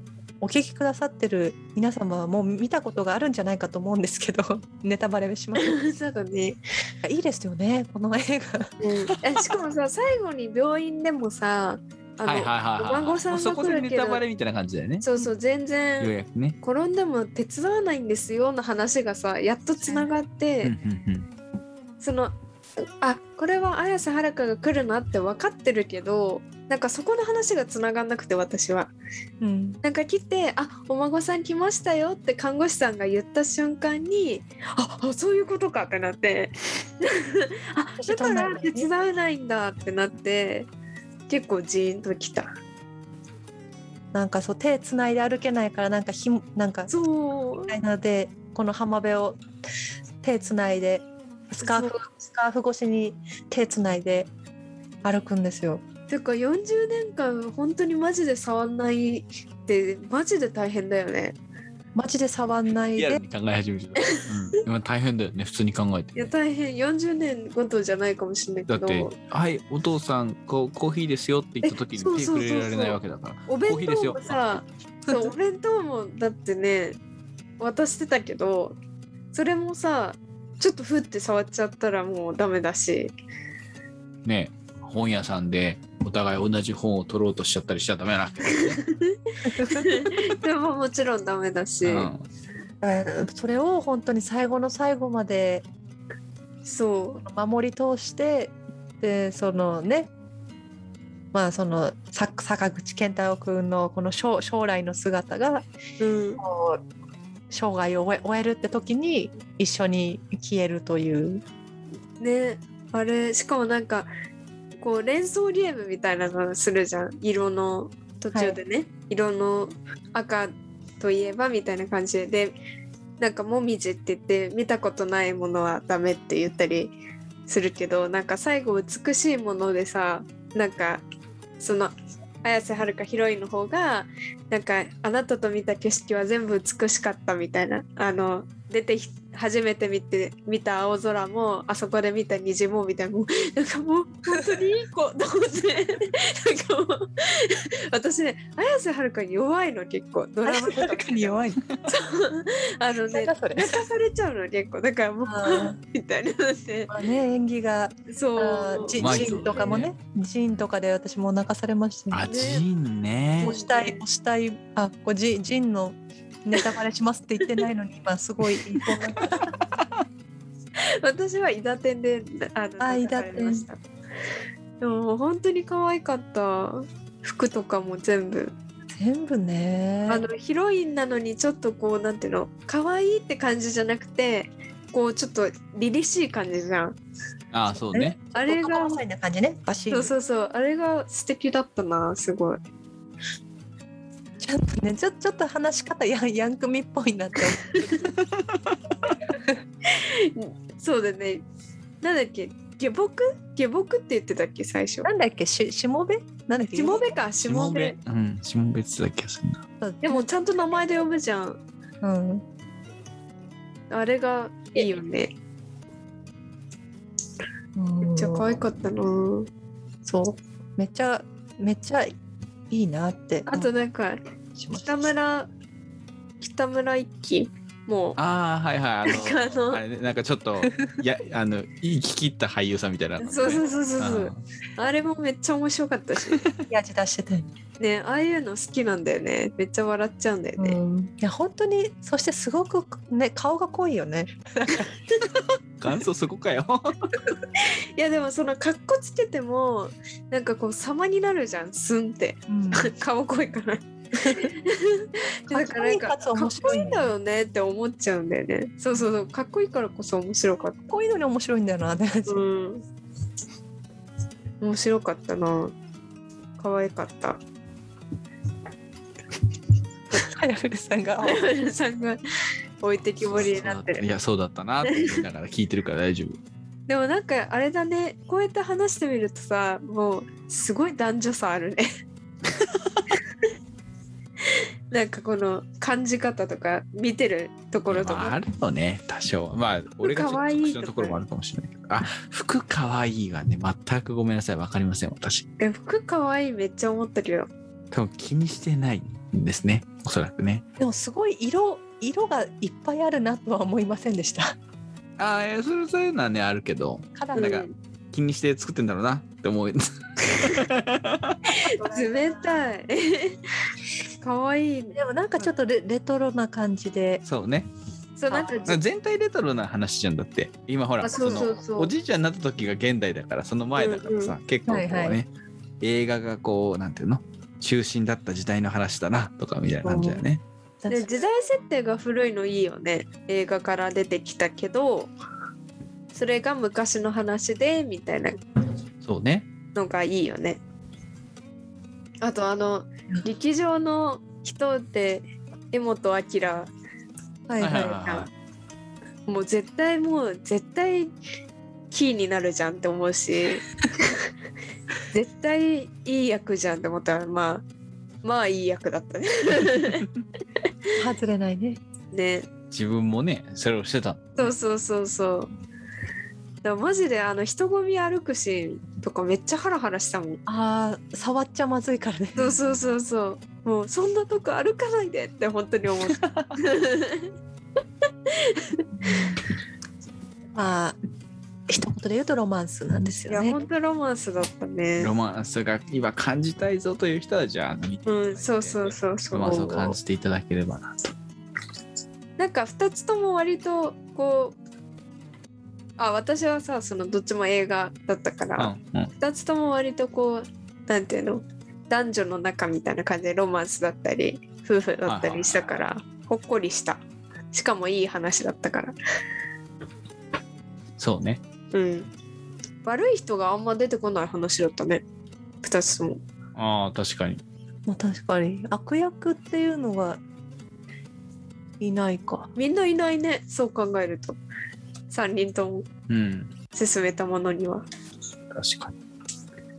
[SPEAKER 2] お聞きくださってる皆様はもう見たことがあるんじゃないかと思うんですけど、ネタバレします。
[SPEAKER 1] そうだね、
[SPEAKER 2] いいですよね、この映画。
[SPEAKER 1] うん、えしかも さ最後に病院でもさあの、
[SPEAKER 3] はいはいはいはい
[SPEAKER 1] お孫さんが来るけど
[SPEAKER 3] そこでネタバレみたいな感じだよね
[SPEAKER 1] そうそう全
[SPEAKER 3] よう
[SPEAKER 1] 然
[SPEAKER 3] やくね
[SPEAKER 1] 転んでも手伝わないんですよの話がさやっとつながって、
[SPEAKER 3] うんうんうん
[SPEAKER 1] そのあこれは綾瀬はるかが来るなって分かってるけどなんかそこの話がつながんなくて私は
[SPEAKER 2] うん、
[SPEAKER 1] なんか来て「あお孫さん来ましたよ」って看護師さんが言った瞬間に「ああそういうことか」ってなって「あ だから手伝わないんだ」ってなって結構ジーンときた
[SPEAKER 2] なんかそう、手繋いで歩けないから、なんかひも、なんか。
[SPEAKER 1] そう
[SPEAKER 2] みたいなのでこの浜辺を手つないでスカーフスカーフ越しに手つないで歩くんですよ。
[SPEAKER 1] てか40年間本当にマジで触んないってマジで大変だよね
[SPEAKER 2] マジで触んない
[SPEAKER 3] リアル
[SPEAKER 2] で
[SPEAKER 3] に考え始めちゃった。うん、今大変だよね、普通に考えて。
[SPEAKER 1] いや大変40年ごとじゃないかもしれない
[SPEAKER 3] だ
[SPEAKER 1] け
[SPEAKER 3] って
[SPEAKER 1] ど、
[SPEAKER 3] はい、お父さん、こうコーヒーですよって言った時に
[SPEAKER 1] えそう
[SPEAKER 3] 手
[SPEAKER 1] そう
[SPEAKER 3] 触
[SPEAKER 1] そうそう
[SPEAKER 3] れられないわけだから。
[SPEAKER 1] お
[SPEAKER 3] コー
[SPEAKER 1] 弁
[SPEAKER 3] ヒーです
[SPEAKER 1] 当
[SPEAKER 3] よ
[SPEAKER 1] もさそうお弁当もだってね渡してたけどそれもさちょっとふって触っちゃったらもうダメだし
[SPEAKER 3] ねえ、本屋さんでお互い同じ本を取ろうとしちゃったりしちゃダメなわけだ
[SPEAKER 1] でももちろんダメだし、
[SPEAKER 3] よね。
[SPEAKER 2] だからそれを本当に最後の最後まで
[SPEAKER 1] そ
[SPEAKER 2] 守り通してでそのねまあそのさ坂口健太郎君のこの将将来の姿が
[SPEAKER 1] う、うん、
[SPEAKER 2] こう生涯を終え終えるって時に一緒に消えるという
[SPEAKER 1] ねあれしかもなんかこう連想ゲームみたいなのするじゃん色の途中でね、色の赤といえばみたいな感じででなんか「もみじ」って言って見たことないものはダメって言ったりするけどなんか最後美しいものでさなんかその綾瀬はるかヒロインの方がなんかあなたと見た景色は全部美しかったみたいなあの出てき初めて見て見た青空もあそこで見た虹もみたいなもうなんかもう本当にいい子と思ってなんかもう私ね綾瀬はるかに弱いの結構ドラマとか見てて
[SPEAKER 2] 弱い
[SPEAKER 1] あの
[SPEAKER 2] なん
[SPEAKER 1] ね
[SPEAKER 2] だそれ
[SPEAKER 1] 泣かされちゃうの結構だからもう
[SPEAKER 2] あ
[SPEAKER 1] みたいになって
[SPEAKER 2] まあね演技があ
[SPEAKER 1] そう
[SPEAKER 2] ージ
[SPEAKER 3] うまい
[SPEAKER 2] ジンとかもねジンとかで私も泣かされましたね
[SPEAKER 3] あ、ジンね
[SPEAKER 2] 押。したい押したいあこうジジンのネタバレしますって言ってない のに今すごいいい子なんか
[SPEAKER 1] 私は伊田店であの
[SPEAKER 2] あ
[SPEAKER 1] 流されましたでももう本当に可愛かった服とかも全部
[SPEAKER 2] 全部ね
[SPEAKER 1] あのヒロインなのにちょっとこうなんていうの可愛いって感じじゃなくてこうちょっと凛々しい感じじゃん
[SPEAKER 3] ああ、そうね。
[SPEAKER 1] あれが
[SPEAKER 2] みたいな感じねバシ
[SPEAKER 1] そう
[SPEAKER 2] ッ
[SPEAKER 1] そうそうあれが素敵だったなすごい
[SPEAKER 2] ちょっとねちょちょっと話し方ヤンヤンクミっぽいなって
[SPEAKER 1] そうだねなんだっけ下僕下僕って言ってたっけ最初
[SPEAKER 2] なんだっけししもべなんだっけ
[SPEAKER 1] しもべかし
[SPEAKER 3] し
[SPEAKER 1] も
[SPEAKER 3] も
[SPEAKER 1] べ
[SPEAKER 3] べ。うん、しもべって言ってた気がするな。
[SPEAKER 1] でもちゃんと名前で呼ぶじゃん
[SPEAKER 2] うん
[SPEAKER 1] あれがいいよねめっちゃ可愛かったな
[SPEAKER 2] そうめっちゃめっちゃいいなって
[SPEAKER 1] あとなんか
[SPEAKER 2] しました
[SPEAKER 1] 北村北村一輝も
[SPEAKER 3] ああ、はいはい。あの
[SPEAKER 1] なんかあの
[SPEAKER 3] あれね、なんかちょっと、いや、あの、言い聞き切った俳優さんみたいな。
[SPEAKER 1] そうそううそうそうそうあれもめっちゃ面白かったし
[SPEAKER 2] いい味出してたよね
[SPEAKER 1] ねああいうの好きなんだよねめっちゃ笑っちゃうんだよね、
[SPEAKER 2] うんいや本当にそしてすごくね顔が濃いよね
[SPEAKER 3] ん。感想そこかよ。
[SPEAKER 1] いやでもそのかっこつけてもなんかこう様になるじゃんスンって 顔濃いから だからなんか
[SPEAKER 2] かっこいいかつ面白
[SPEAKER 1] かっこ
[SPEAKER 2] い
[SPEAKER 1] いいんだよねって思っちゃうんだよねそうそうそうかっこいいからこそ面白かっ
[SPEAKER 2] こういうのに面白いんだよ なって感
[SPEAKER 1] た
[SPEAKER 2] じ
[SPEAKER 1] うん面白かったな可愛かった
[SPEAKER 2] 早くさ んが
[SPEAKER 1] さんが置いてきぼりになって
[SPEAKER 3] い
[SPEAKER 1] る
[SPEAKER 3] や、そうだったなって思いながら聞いてるから大丈夫。
[SPEAKER 1] でもなんかあれだねこうやって話してみるとさもうすごい男女差ある ねなんかこの感じ方とか見てるところと
[SPEAKER 3] まあ、
[SPEAKER 1] か
[SPEAKER 3] あるよね多少まあ俺がちょっと特殊なところもあるかもしれないけどあ服かわいいがね全くごめんなさいわかりません私
[SPEAKER 1] え服かわいいめっちゃ思ったけど
[SPEAKER 3] 多分気にしてないんですねおそらくね
[SPEAKER 2] でもすごい色色がいっぱいあるなとは思いませんでした
[SPEAKER 3] ああいやそれそういうのはねあるけど
[SPEAKER 2] カラ
[SPEAKER 3] な
[SPEAKER 2] ー
[SPEAKER 3] ん
[SPEAKER 2] が
[SPEAKER 3] か気にして作ってんだろうなって思う
[SPEAKER 1] 冷たい かわいいね
[SPEAKER 2] でもなんかちょっとレレトロな感じで
[SPEAKER 3] そうね
[SPEAKER 1] そうなんかじ
[SPEAKER 3] 全体レトロな話じゃんだって今ほら
[SPEAKER 1] あそうそうそう
[SPEAKER 3] のおじいちゃんになった時が現代だからその前だからさ、結構こうね、
[SPEAKER 2] はいは
[SPEAKER 3] 映画がこうなんていうの中心だった時代の話だなとかみたいな感じだよね
[SPEAKER 1] で時代設定が古いのいいよね映画から出てきたけどそれが昔の話でみたいな
[SPEAKER 3] そうね
[SPEAKER 1] のがいいよね。あとあの劇場の人って柄本明
[SPEAKER 2] はい
[SPEAKER 3] はいは
[SPEAKER 2] は
[SPEAKER 3] いいは
[SPEAKER 1] もう絶対もう絶対キーになるじゃんって思うし絶 対いい役じゃんって思ったらまあまあいい役だったね。
[SPEAKER 2] 外れないね。
[SPEAKER 1] ね
[SPEAKER 3] 自分もねそれをしてた
[SPEAKER 1] そうそうそうそうだからマジであの人混み歩くシーンとかめっちゃハラハラしたもん
[SPEAKER 2] ああ、触っちゃまずいからね。
[SPEAKER 1] そうそうそうそうもうそんなとこ歩かないでって本当に思った
[SPEAKER 2] まあ、一言で言うとロマンスなんです
[SPEAKER 1] い
[SPEAKER 2] よ
[SPEAKER 1] や
[SPEAKER 2] ね。
[SPEAKER 1] 本当ロマンスだったね
[SPEAKER 3] ロマンスが今感じたいぞという人はじゃあ見ていただい
[SPEAKER 1] う
[SPEAKER 3] て
[SPEAKER 1] んそうそうそうそ
[SPEAKER 3] ロ
[SPEAKER 1] う
[SPEAKER 3] マンスを感じていただければなと
[SPEAKER 1] なんか2つとも割とこうあ私はさそのどっちも映画だったか
[SPEAKER 3] う
[SPEAKER 1] ら、
[SPEAKER 3] んうん
[SPEAKER 1] 2つとも割とこうなんていうの男女の仲みたいな感じでロマンスだったり夫婦だったりしたから、ほっこりしたしかもいい話だったから
[SPEAKER 3] そうね
[SPEAKER 1] うん悪い人があんま出てこない話だったね2つとも
[SPEAKER 3] ああ確かに
[SPEAKER 2] まあ、確かに悪役っていうのがいないか。
[SPEAKER 1] みんないないねそう考えると3人とも
[SPEAKER 3] うん
[SPEAKER 1] 進めたものには
[SPEAKER 3] 確かに、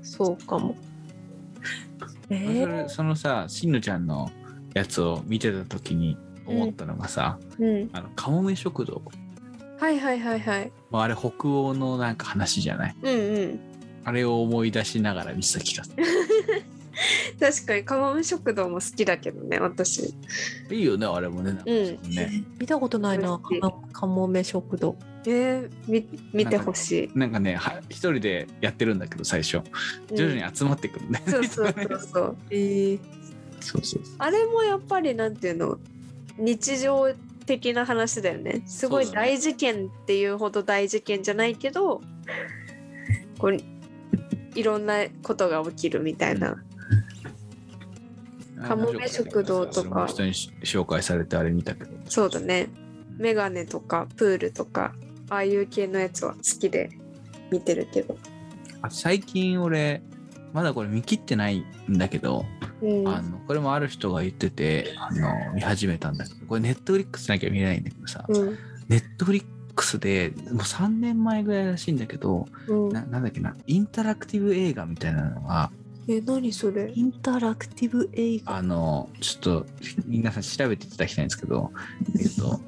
[SPEAKER 2] そうかも。え
[SPEAKER 3] それそのさしんのちゃんのやつを見てた時に思ったのがさ、
[SPEAKER 1] うん
[SPEAKER 3] あのカモメ食堂
[SPEAKER 1] はいはいはいはい
[SPEAKER 3] まああれ北欧のなんか話じゃない
[SPEAKER 1] うんうん
[SPEAKER 3] あれを思い出しながら見てた気がする
[SPEAKER 1] 確かにカモメ食堂も好きだけどね私
[SPEAKER 3] いいよねあれもねなんか
[SPEAKER 1] うん
[SPEAKER 3] ね
[SPEAKER 2] 見たことないな
[SPEAKER 1] 美味しい
[SPEAKER 2] カモカモメ食堂
[SPEAKER 1] えー、み見てほしい
[SPEAKER 3] なんかねは一人でやってるんだけど最初徐々に集まってくるね、
[SPEAKER 1] うんそうそうそうそう
[SPEAKER 2] え
[SPEAKER 3] そうそうそう
[SPEAKER 1] あれもやっぱりなんていうの日常的な話だよねすごい
[SPEAKER 3] そうだね
[SPEAKER 1] 大事件っていうほど大事件じゃないけどこういろんなことが起きるみたいな、カモメ食堂とか
[SPEAKER 3] それも人に紹介されてあれ見たけど
[SPEAKER 1] そうだねメガネとかプールとかああいう系のやつは好きで見てるけど、
[SPEAKER 3] あ最近俺まだこれ見切ってないんだけど、
[SPEAKER 1] うん、
[SPEAKER 3] あのこれもある人が言っててあの見始めたんだけどこれネットフリックスなきゃ見れないんだけどさ
[SPEAKER 1] うん
[SPEAKER 3] ネットフリックスでもう3年前ぐらいらしいんだけど
[SPEAKER 1] うん
[SPEAKER 3] ななんだっけなインタラクティブ映画みたいなのが
[SPEAKER 1] え何それ
[SPEAKER 2] インタラクティブ映画
[SPEAKER 3] あのちょっと皆さん調べていただきたいんですけどえっと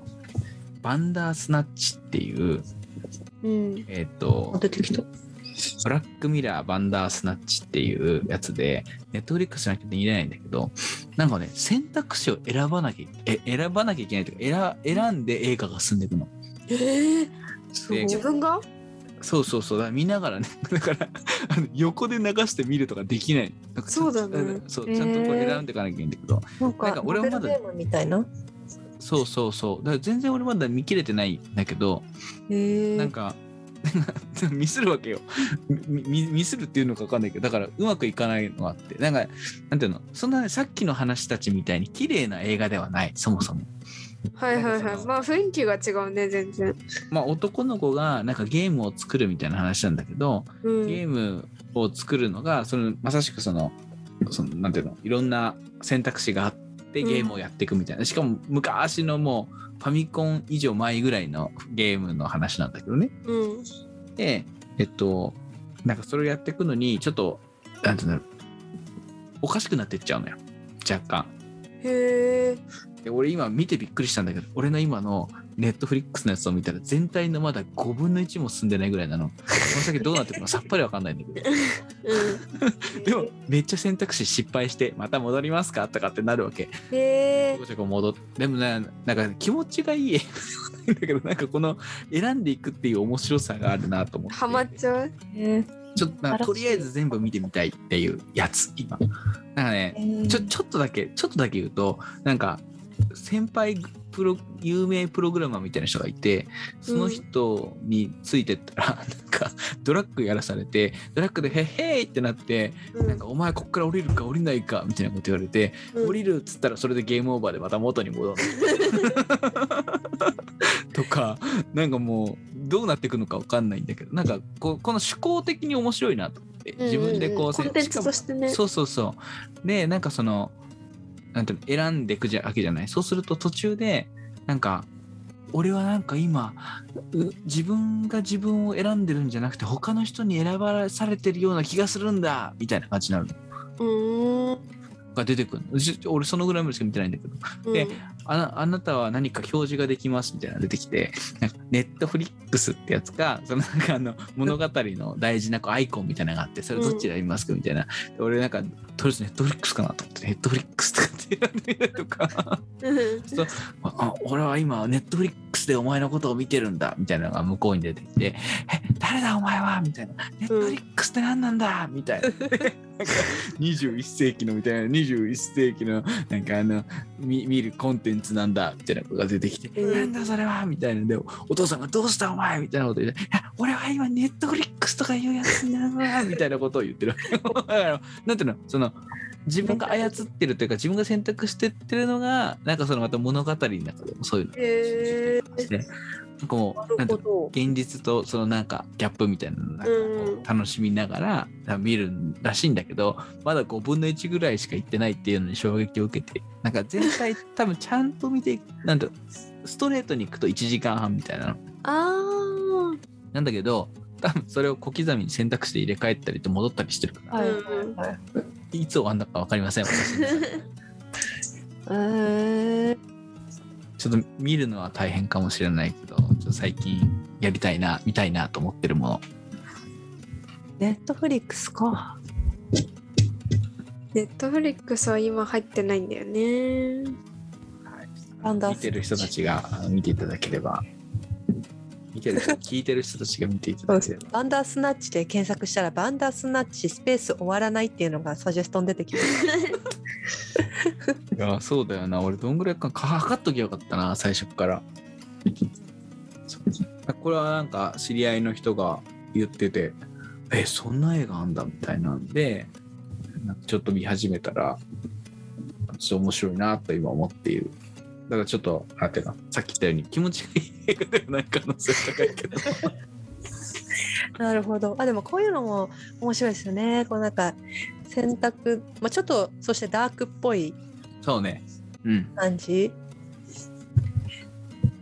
[SPEAKER 3] バンダースナッチっていう
[SPEAKER 1] うん
[SPEAKER 3] えっと
[SPEAKER 2] 出てきた
[SPEAKER 3] ブラックミラーバンダースナッチっていうやつで、ネットフリックスじゃなくて見れないんだけど、なんかね、選択肢を選ばなきゃ、え選ばなきゃいけないというか、選選んで映画が進んでいくの。
[SPEAKER 1] えー、
[SPEAKER 2] すごい
[SPEAKER 1] 自分が
[SPEAKER 3] そうそうそう、だから見ながらね、 だから、あの横で流して見るとかできない。なんかちゃんと
[SPEAKER 1] そうだね
[SPEAKER 3] そう、ちゃんとこれ選んでいかなきゃいけないんだけど、
[SPEAKER 2] な
[SPEAKER 3] な
[SPEAKER 2] ん
[SPEAKER 3] ん
[SPEAKER 2] か
[SPEAKER 3] か俺はまだ
[SPEAKER 2] モデルゲームみたいな
[SPEAKER 3] そうそうそう、だから全然俺まだ見切れてないんだけど、
[SPEAKER 2] え
[SPEAKER 3] なんか、 ミスるわけよみみミスるっていうのか分かんないけどだからうまくいかないのがあってなんかなんていうのそんなねさっきの話たちみたいに綺麗な映画ではないそもそも
[SPEAKER 1] はいはい
[SPEAKER 3] な
[SPEAKER 1] は
[SPEAKER 3] んかそ
[SPEAKER 1] い
[SPEAKER 3] の
[SPEAKER 1] まあ雰囲気が違うね全然
[SPEAKER 3] まあ男の子がなんかゲームを作るみたいな話なんだけど
[SPEAKER 1] うん
[SPEAKER 3] ゲームを作るのがそのまさしくそのそのなんていうのいろんな選択肢があってゲームをやっていくみたいな、しかも昔のもうファミコン以上前ぐらいのゲームの話なんだけどね
[SPEAKER 1] うん
[SPEAKER 3] で、えっと、なんかそれをやっていくのに、ちょっと、なんていうんだろう、おかしくなってっちゃうのよ、若干。
[SPEAKER 1] へえ
[SPEAKER 3] で、俺今見てびっくりしたんだけど、俺の今のネットフリックスのやつを見たら、全体のまだ5分の1も進んでないぐらいなの。この先どうなってくる のさっぱりわかんないんだけど。
[SPEAKER 1] うん
[SPEAKER 3] でも、めっちゃ選択肢失敗して、また戻りますかとかってなるわけ。
[SPEAKER 1] へえ
[SPEAKER 3] ちょこちょこ戻って、でもね、なんか気持ちがいい映画なんだけど、なんかこの選んでいくっていう面白さがあるなと思って。
[SPEAKER 1] ハマっちゃう
[SPEAKER 3] ちょっとなんかとりあえず全部見てみたいっていうやつ今なんかねちょちょっとだけちょっとだけ言うとなんか先輩プロ有名プログラマーみたいな人がいてその人についてったら、なんかドラッグやらされてドラッグで「へっへーってなって「
[SPEAKER 1] うん
[SPEAKER 3] なんかお前こっから降りるか降りないか」みたいなこと言われて「
[SPEAKER 1] うん
[SPEAKER 3] 降りる」っつったらそれでゲームオーバーでまた元に 戻るとかなんかもうどうなっていくのか分かんないんだけどなんかこうこの趣向的に面白いなと思って自分でこう
[SPEAKER 1] コンテンツとしてね
[SPEAKER 3] そうそうそう。で、なんかその、なんていうの選んでいくじゃわけじゃない。そうすると途中で、なんか、俺はなんか今う自分が自分を選んでるんじゃなくて他の人に選ばされてるような気がするんだみたいな感じになるの
[SPEAKER 1] うーん
[SPEAKER 3] が出てくるのうち俺そのぐらいまでしか見てないんだけどであなあなたは何か表示ができますみたいなの出てきてネットフリックスってやつかそのなんかあの物語の大事なこうアイコンみたいなのがあってそれどっち選びますかみたいなで俺なんかとりあえずネットフリックスかなと思ってネットフリックスとかって選んでみたとか
[SPEAKER 1] うん
[SPEAKER 3] あ俺は今ネットフリックスでお前のことを見てるんだみたいなのが向こうに出てきて「え誰だお前は」みたいな「ネットフリックスって何なんだ」みたいななんか21世紀のみたいな21世紀のなんかあの見見るコンテンツなんだみたいな子が出てきて「
[SPEAKER 1] うん
[SPEAKER 3] なんだそれは」みたいなでお父さんが「どうしたお前」みたいなこと言って「いや俺は今ネットフリックスとかいうやつなんだ」みたいなことを言ってるだからなんていうのその自分が操ってるというか自分が選択してってるのがなんかそのまた物語の中でもそういうのが
[SPEAKER 1] へ
[SPEAKER 3] 出てきたりしてなんかもうなんていうの
[SPEAKER 1] ど。
[SPEAKER 3] 現実とそのなんかギャップみたいなのをなんか
[SPEAKER 1] うん
[SPEAKER 3] こう楽しみながらなんか見るらしいんだけどまだ5分の1ぐらいしか行ってないっていうのに衝撃を受けてなんか全体多分ちゃんと見てなんだろうストレートに行くと1時間半みたいなの
[SPEAKER 1] あ
[SPEAKER 3] なんだけど多分それを小刻みに選択肢で入れ替えたりと戻ったりしてるから、
[SPEAKER 1] い
[SPEAKER 2] はい
[SPEAKER 3] いつ終わるのか分かりません私の 中で
[SPEAKER 2] えー
[SPEAKER 3] ちょっと見るのは大変かもしれないけどちょっと最近やりたいな見たいなと思ってるもの
[SPEAKER 2] ネットフリックスか。
[SPEAKER 1] ネットフリックスは今入ってないんだよね。
[SPEAKER 2] アンダー
[SPEAKER 3] 見てる人たちがあの見ていただければ見てる人聞いてる人たちが見ていただければ
[SPEAKER 2] バンダースナッチで検索したらバンダースナッチスペース終わらないっていうのがサジェストに出てきて
[SPEAKER 3] いやそうだよな俺どんぐらいかかかっときゃよかったな最初っからこれはなんか知り合いの人が言っててえそんな映画あんだみたいなんでなんかちょっと見始めたらちょっと面白いなと今思っているだからちょっとなんていうかさっき言ったように気持ちがいい映画ではない可能性高いけど
[SPEAKER 2] なるほどあでもこういうのも面白いですよねこうなんか選択、まあ、ちょっとそしてダークっぽい
[SPEAKER 3] そうねうん
[SPEAKER 2] 感じ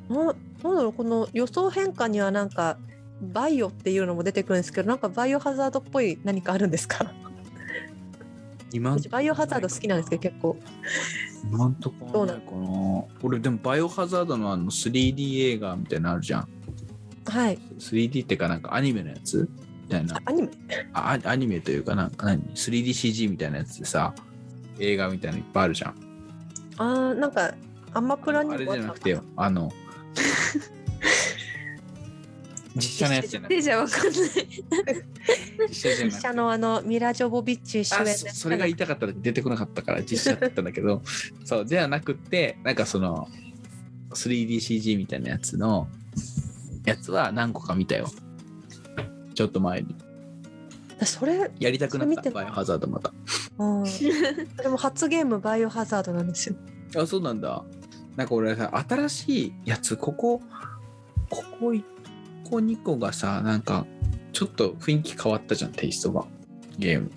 [SPEAKER 2] ななんだろうこの予想変化にはなんかバイオっていうのも出てくるんですけどなんかバイオハザードっぽい何かあるんですか
[SPEAKER 3] 今
[SPEAKER 2] 私バイオハザード好きなんですけど結構
[SPEAKER 3] 今んとこはないかな俺でもバイオハザードのあの 3D 映画みたいなのあるじゃん
[SPEAKER 2] はい
[SPEAKER 3] 3D ってかなんかアニメのやつみたいな
[SPEAKER 2] アニメ
[SPEAKER 3] あアニメというかなんか何 3DCG みたいなやつでさ映画みたいなのいっぱいあるじゃん
[SPEAKER 2] あーなんかアマプラにも
[SPEAKER 3] あれじ
[SPEAKER 2] あ
[SPEAKER 3] ゃ
[SPEAKER 2] った
[SPEAKER 3] なくてよあ の実写のやつじゃない
[SPEAKER 1] でじゃわかんない。
[SPEAKER 3] 実写じゃな
[SPEAKER 2] 実
[SPEAKER 3] くて
[SPEAKER 2] 写のあのミラ・ジョボビッチ主演
[SPEAKER 3] あ
[SPEAKER 2] のや
[SPEAKER 3] そ
[SPEAKER 2] つ
[SPEAKER 3] それが言いたかったら出てこなかったから実写だったんだけど そうじゃなくってなんかその 3DCG みたいなやつのやつは何個か見たよちょっと前に
[SPEAKER 2] 私それ、
[SPEAKER 3] やりたくなっ
[SPEAKER 2] それ見
[SPEAKER 3] た
[SPEAKER 2] てな
[SPEAKER 3] バ
[SPEAKER 2] い
[SPEAKER 3] イオハザードまた
[SPEAKER 2] うん、でも初ゲームバイオハザードなんですよ。
[SPEAKER 3] あそうなんだなんか俺さ新しいやつここここ1個2個がさなんかちょっと雰囲気変わったじゃんテイストがゲーム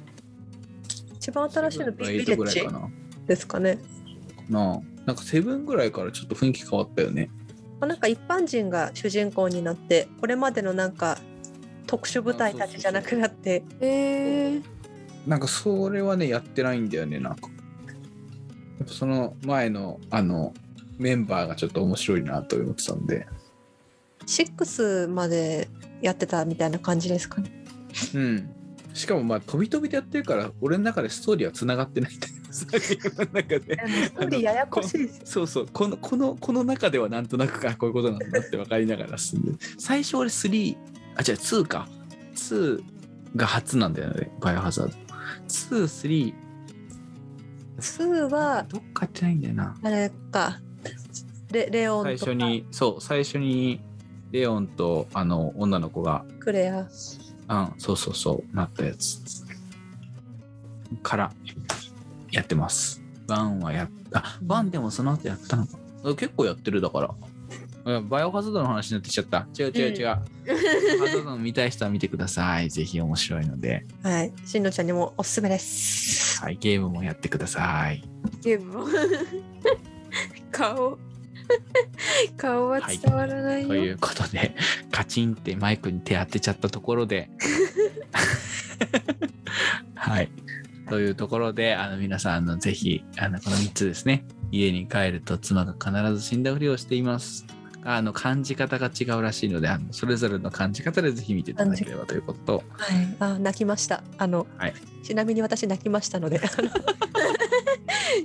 [SPEAKER 2] 一番新しいのビビレ
[SPEAKER 3] 8ぐ
[SPEAKER 2] ッ
[SPEAKER 3] らい
[SPEAKER 2] ジ
[SPEAKER 3] かな
[SPEAKER 2] ですかね。
[SPEAKER 3] なあなんか7ぐらいからちょっと雰囲気変わったよね
[SPEAKER 2] まあなんか一般人が主人公になってこれまでのなんか特殊部隊たちじゃなくなって
[SPEAKER 1] えー、
[SPEAKER 3] なんかそれはねやってないんだよねなんかやっぱその前のあのメンバーがちょっと面白いなと思ってたんで
[SPEAKER 2] 6までやってたみたいな感じですかね。
[SPEAKER 3] うんしかもまあ飛び飛びでやってるから俺の中でストーリーは繋がってないん だよの中で
[SPEAKER 2] ストーリーややこしいですよ。
[SPEAKER 3] そうそうこのこのこの中ではなんとなくあこういうことなんだって分かりながら進んで最初俺3あ違う2か2が初なんだよねバイオハザード23
[SPEAKER 2] 2は
[SPEAKER 3] どっかやってないんだよな
[SPEAKER 2] あれかレレオンと
[SPEAKER 3] 最
[SPEAKER 2] か
[SPEAKER 3] 初にそう最初にレオンとあの女の子が
[SPEAKER 2] クレア
[SPEAKER 3] うんそうそうそうなったやつからやってますワンはやったワンでもその後やったのかあ結構やってるだからうんバイオハザードの話になってきちゃった違う違う違う、ハザードの見たい人は見てくださいぜひ面白いので、
[SPEAKER 2] はいしんのちゃんにもおすすめです。
[SPEAKER 3] はい、ゲームもやってください
[SPEAKER 1] ゲームも顔顔は伝わらないよ、
[SPEAKER 3] ということで カチンってマイクに手当てちゃったところで はいというところで、あの皆さん、あのぜひ、あのこの3つですね、家に帰ると妻が必ず死んだふりをしています。あの感じ方が違うらしいので、あのそれぞれの感じ方でぜひ見ていただければということと、
[SPEAKER 2] はい、あ泣きましたあの、
[SPEAKER 3] はい
[SPEAKER 2] ちなみに私泣きましたの で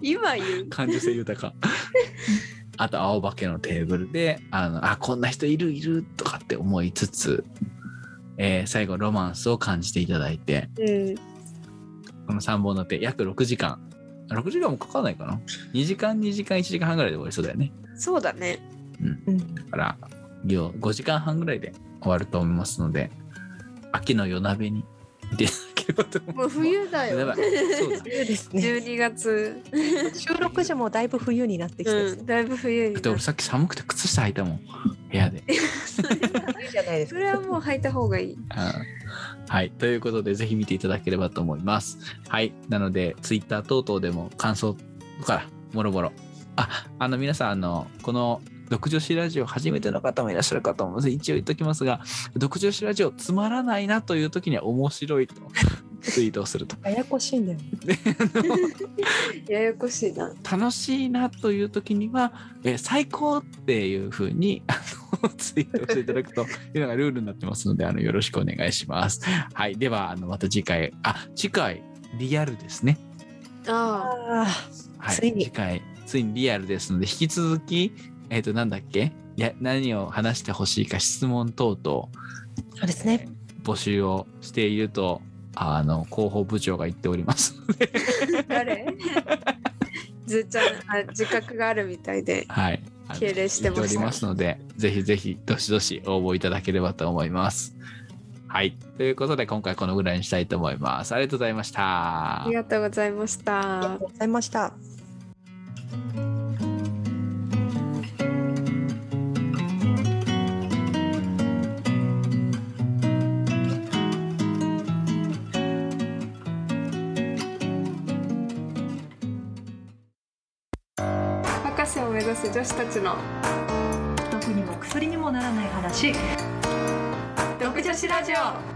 [SPEAKER 1] 今言う
[SPEAKER 3] 感受性豊か。あと、青化けのテーブルで、あの、あ、こんな人いるいるとかって思いつつ、えー最後、ロマンスを感じていただいて、
[SPEAKER 1] うん
[SPEAKER 3] この3本の手、約6時間。6時間もかかんないかな ?2 時間、2時間、1時間半ぐらいで終わりそうだよね。
[SPEAKER 1] そうだね
[SPEAKER 2] うん
[SPEAKER 3] だから、要は5時間半ぐらいで終わると思いますので、秋の夜鍋に見ていただければと思い
[SPEAKER 1] も
[SPEAKER 3] ま
[SPEAKER 1] う
[SPEAKER 3] す。
[SPEAKER 1] 冬だ
[SPEAKER 3] やば
[SPEAKER 1] よ
[SPEAKER 3] い。そうだ。
[SPEAKER 2] 冬ですね
[SPEAKER 1] 12月、
[SPEAKER 2] 収録時もだいぶ冬になってきて、
[SPEAKER 1] うん、だいぶ冬に
[SPEAKER 3] だって
[SPEAKER 1] な
[SPEAKER 3] 俺
[SPEAKER 1] る
[SPEAKER 3] さっき寒くて靴下履いたもん、部屋で。
[SPEAKER 2] いいじゃないで
[SPEAKER 1] それはもう履いた方がいい
[SPEAKER 3] うんはい。ということで、ぜひ見ていただければと思います。はい。なので、ツイッター等々でも感想とか、もろもろ。あ、あの、皆さん、あの、この、独女子ラジオ初めての方もいらっしゃるかと思います。一応言っときますが、独女子ラジオつまらないなという時には面白いとツイートをすると。
[SPEAKER 2] ややこしいんだよね
[SPEAKER 1] ややこしいな
[SPEAKER 3] 楽しいなという時には、えー最高っていうふうにあの ツイートしていただくというのがルールになってますのであのよろしくお願いします。はい、ではあのまた次回あ次回リアルですね。
[SPEAKER 1] あ
[SPEAKER 2] あ
[SPEAKER 3] はい、
[SPEAKER 2] ついに
[SPEAKER 3] 次回ついにリアルですので引き続きえっ、となんだっけいや何を話してほしいか質問等々
[SPEAKER 2] ーそうです
[SPEAKER 3] え
[SPEAKER 2] ね
[SPEAKER 3] ー募集をしているとあの広報部長が言っておりますので、
[SPEAKER 1] あ 誰ずーちゃんあ自覚があるみたいで
[SPEAKER 3] はい、あの
[SPEAKER 1] 敬礼してました
[SPEAKER 3] 言っておりますので、ぜひぜひどしどし応募いただければと思います。はい、ということで今回このぐらいにしたいと思います。ありがとうございました
[SPEAKER 1] あり。がとうございまし
[SPEAKER 2] ありが
[SPEAKER 1] た
[SPEAKER 2] とうございました
[SPEAKER 1] 博士を目指す女子たちの
[SPEAKER 2] 毒にも薬にもならない話
[SPEAKER 1] 独女子ラジオ